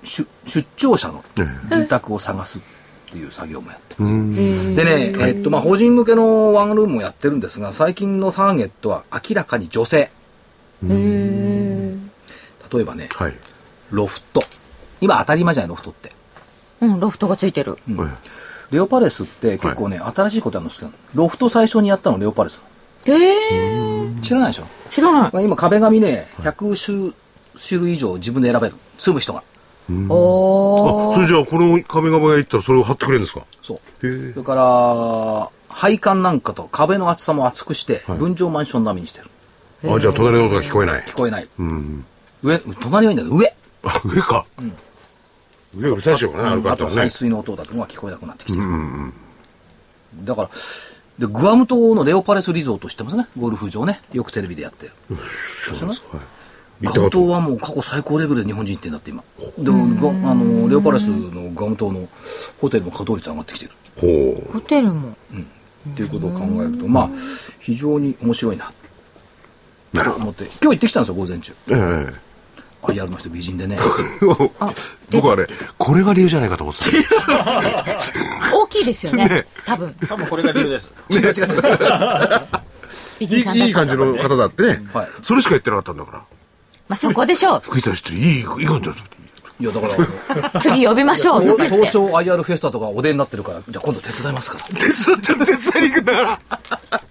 Speaker 2: 出出張者の住宅を探すっていう作業もやってます。でね、えっとまあ、法人向けのワンルームもやってるんですが最近のターゲットは明らかに女性
Speaker 1: え
Speaker 2: 例えばね
Speaker 4: はい。
Speaker 2: ロフト今当たり前じゃないロフトって
Speaker 1: うんロフトがついてる
Speaker 4: はい
Speaker 2: レオパレスって結構ね、新しいことやるの好きなのロフト最初にやったのレオパレス
Speaker 1: ええ
Speaker 2: 知らないでしょ
Speaker 1: 知らない
Speaker 2: 今壁紙ね100種種類以上自分で選べる住む人が
Speaker 1: お
Speaker 4: あ、
Speaker 1: お
Speaker 4: それじゃあ、この壁紙が行ったらそれを貼ってくれるんですか
Speaker 2: そう
Speaker 4: へ
Speaker 2: それから配管なんかと壁の厚さも厚くして
Speaker 4: はい
Speaker 2: 分譲マンション並みにしてる
Speaker 4: え。あ、じゃあ、隣の音が聞こえない
Speaker 2: 聞。こえない
Speaker 4: うん。
Speaker 2: 上隣はいいんだけど上
Speaker 4: あ、上か。上がうるさいでしょうかね、あるか
Speaker 2: あ
Speaker 4: っ
Speaker 2: と
Speaker 4: たら
Speaker 2: 排
Speaker 4: ね。
Speaker 2: 水の音だとかが聞こえなくなってき
Speaker 4: う
Speaker 2: て
Speaker 4: ん
Speaker 2: る
Speaker 4: うん
Speaker 2: だからでグアム島のレオパレスリゾート知ってますねゴルフ場ねよくテレビでやってる
Speaker 4: うん。はい。行った
Speaker 2: ガ
Speaker 4: こ
Speaker 2: ム島
Speaker 4: と。
Speaker 2: はもう過去最高レベルで日本人行ってんだって今でがあのレオパレスのガム島のホテルの稼働率上がってきてる
Speaker 4: ほ
Speaker 1: ホテルも
Speaker 2: っていうことを考えるとまあ非常に面白いな
Speaker 4: う。なる
Speaker 2: と
Speaker 4: ほど。
Speaker 2: 思って今日行ってきたんですよ午前中
Speaker 4: ええ。
Speaker 2: IR の人美人でね
Speaker 4: 僕あれ、これが理由じゃないかと思ってた。
Speaker 1: 大きいですよね多分
Speaker 5: 多分これが理由 です。
Speaker 2: 違う違う違う
Speaker 1: 美人さん
Speaker 4: いい
Speaker 1: だ
Speaker 4: いい
Speaker 1: った
Speaker 4: 感じの方だってね
Speaker 2: はい。
Speaker 4: それしか言ってなかったんだから。
Speaker 1: まあそこでしょう
Speaker 4: 福井さん知ってる。いい、いい感じだと。
Speaker 2: いやだから
Speaker 1: 次呼びましょ
Speaker 2: あ
Speaker 1: う
Speaker 2: の
Speaker 1: とか言っ
Speaker 2: 東
Speaker 1: て
Speaker 2: 証 IR フェスタとかお出になってるからじゃあ今度手伝いますから
Speaker 4: 手伝っちゃう、手伝いに行くんだから。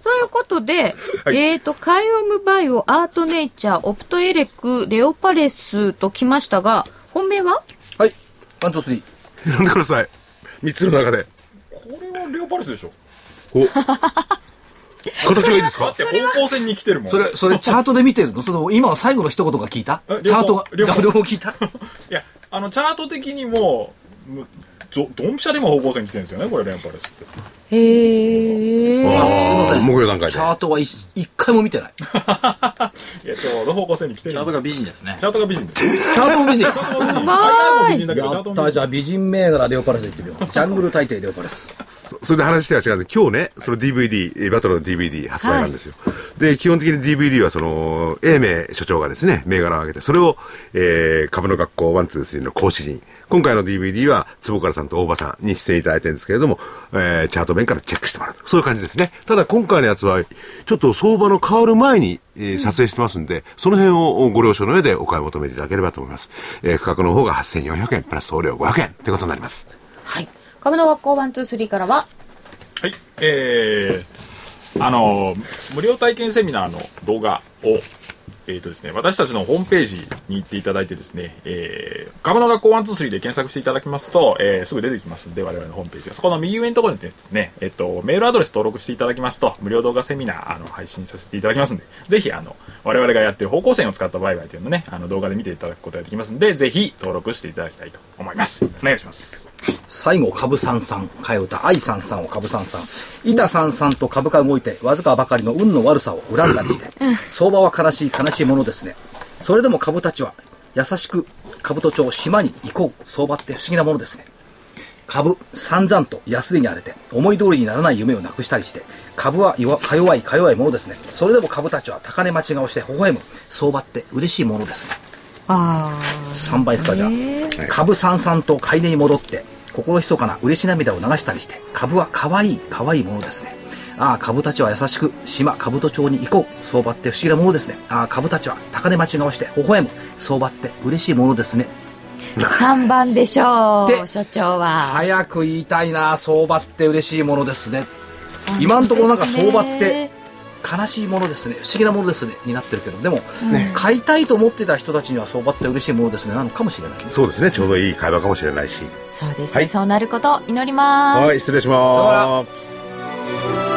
Speaker 1: そういうことで、えっ、と、カイオムバイオ、アートネイチャー、オプトエレク、レオパレスときましたが、本命は
Speaker 2: はいワンツースリー
Speaker 4: 選んでくださ い。三つの中で。
Speaker 8: これはレオパレスでしょ
Speaker 4: お。形がいいですか
Speaker 8: だって方向線に来てるもん
Speaker 2: それそれチャートで見てるのその今の最後の一言が聞いた
Speaker 8: え
Speaker 2: チャートが
Speaker 8: 両方
Speaker 2: 両方聞いた
Speaker 8: いやあのチャート的にもむじょドンピシャでも方向線来てるんですよねこれレオパレスって
Speaker 1: へえ。
Speaker 4: あ
Speaker 2: すいません
Speaker 4: 木曜段階
Speaker 2: チ
Speaker 4: で。
Speaker 2: ャートは一一回も見てないチ
Speaker 8: いやちょうど方向線に来てる
Speaker 5: チャートが美人ですね
Speaker 8: チ。ャートが美人です
Speaker 2: ャートも美人
Speaker 8: チャートが美人
Speaker 1: まい
Speaker 8: IR も美人だけどチャ
Speaker 2: や
Speaker 8: ート
Speaker 2: っ
Speaker 8: も美
Speaker 2: たじ
Speaker 8: 人
Speaker 2: ゃあ美人銘柄レオパレス行ってみようジャングル大帝レオパレス
Speaker 4: それで話しては違うんで、今日ね、その DVD、えーバトルの DVD 発売なんですよ。で、基本的に DVD はその、英明所長がですね、銘柄を上げて、それを、えー、株の学校123の講師陣。今回の DVD は、坪倉さんと大場さんに出演いただいてるんですけれども、えー、チャート面からチェックしてもらうと。そういう感じですね。ただ今回のやつは、ちょっと相場の変わる前に、えー撮影してますんで、その辺をご了承の上でお買い求めいただければと思います。えー、価格の方が8400円、プラス送料500円ってことになります。
Speaker 1: はい。株の学校ワンツースリーからは、
Speaker 8: はいえー、あの無料体験セミナーの動画をえーとですね、私たちのホームページに行っていただいてですね、えー、株の学校123で検索していただきますと、えーすぐ出てきますので、我々のホームページが。そこの右上のところにですね、えっ、と、メールアドレス登録していただきますと、無料動画セミナー、あの、配信させていただきますので、ぜひ、あの、我々がやってる方向線を使った売買というのをね、あの、動画で見ていただくことができますので、ぜひ登録していただきたいと思います。お願いします。
Speaker 2: 最後、株三三、替え歌、愛三三を株三三、板三三と株価動いて、わずかばかりの運の悪さを恨んだりして、相場は悲しい悲しいものですね。それでも株たちは、優しく、株都庁、島に行こう。相場って不思議なものですね。株、散々と安値に荒れて、思い通りにならない夢をなくしたりして、株は弱か弱いか弱いものですね。それでも株たちは高値待ちがをして微笑む。相場って嬉しいものですね。
Speaker 1: あ
Speaker 2: 3倍かじゃあ株三三と買い値に戻って心ひそかな嬉し涙を流したりして株は可愛い可愛いものですねああ株たちは優しく島株都町に行こう相場って不思議なものですねああ株たちは高値待ちがわして微笑む相場って嬉しいものですね
Speaker 1: あ、3番でしょ
Speaker 2: で
Speaker 1: う、所長は。
Speaker 2: 早く言いたいな相場って嬉しいものですね今のところなんか相場って悲しいものですね不思議なものですねになってるけどでも、買いたいと思ってた人たちには相場って嬉しいものですねなのかもしれないね
Speaker 4: そうですね、ちょうどいい会話かもしれないし。
Speaker 1: そうですね、
Speaker 4: はい
Speaker 1: そうなることを祈ります。
Speaker 4: はい、失礼します。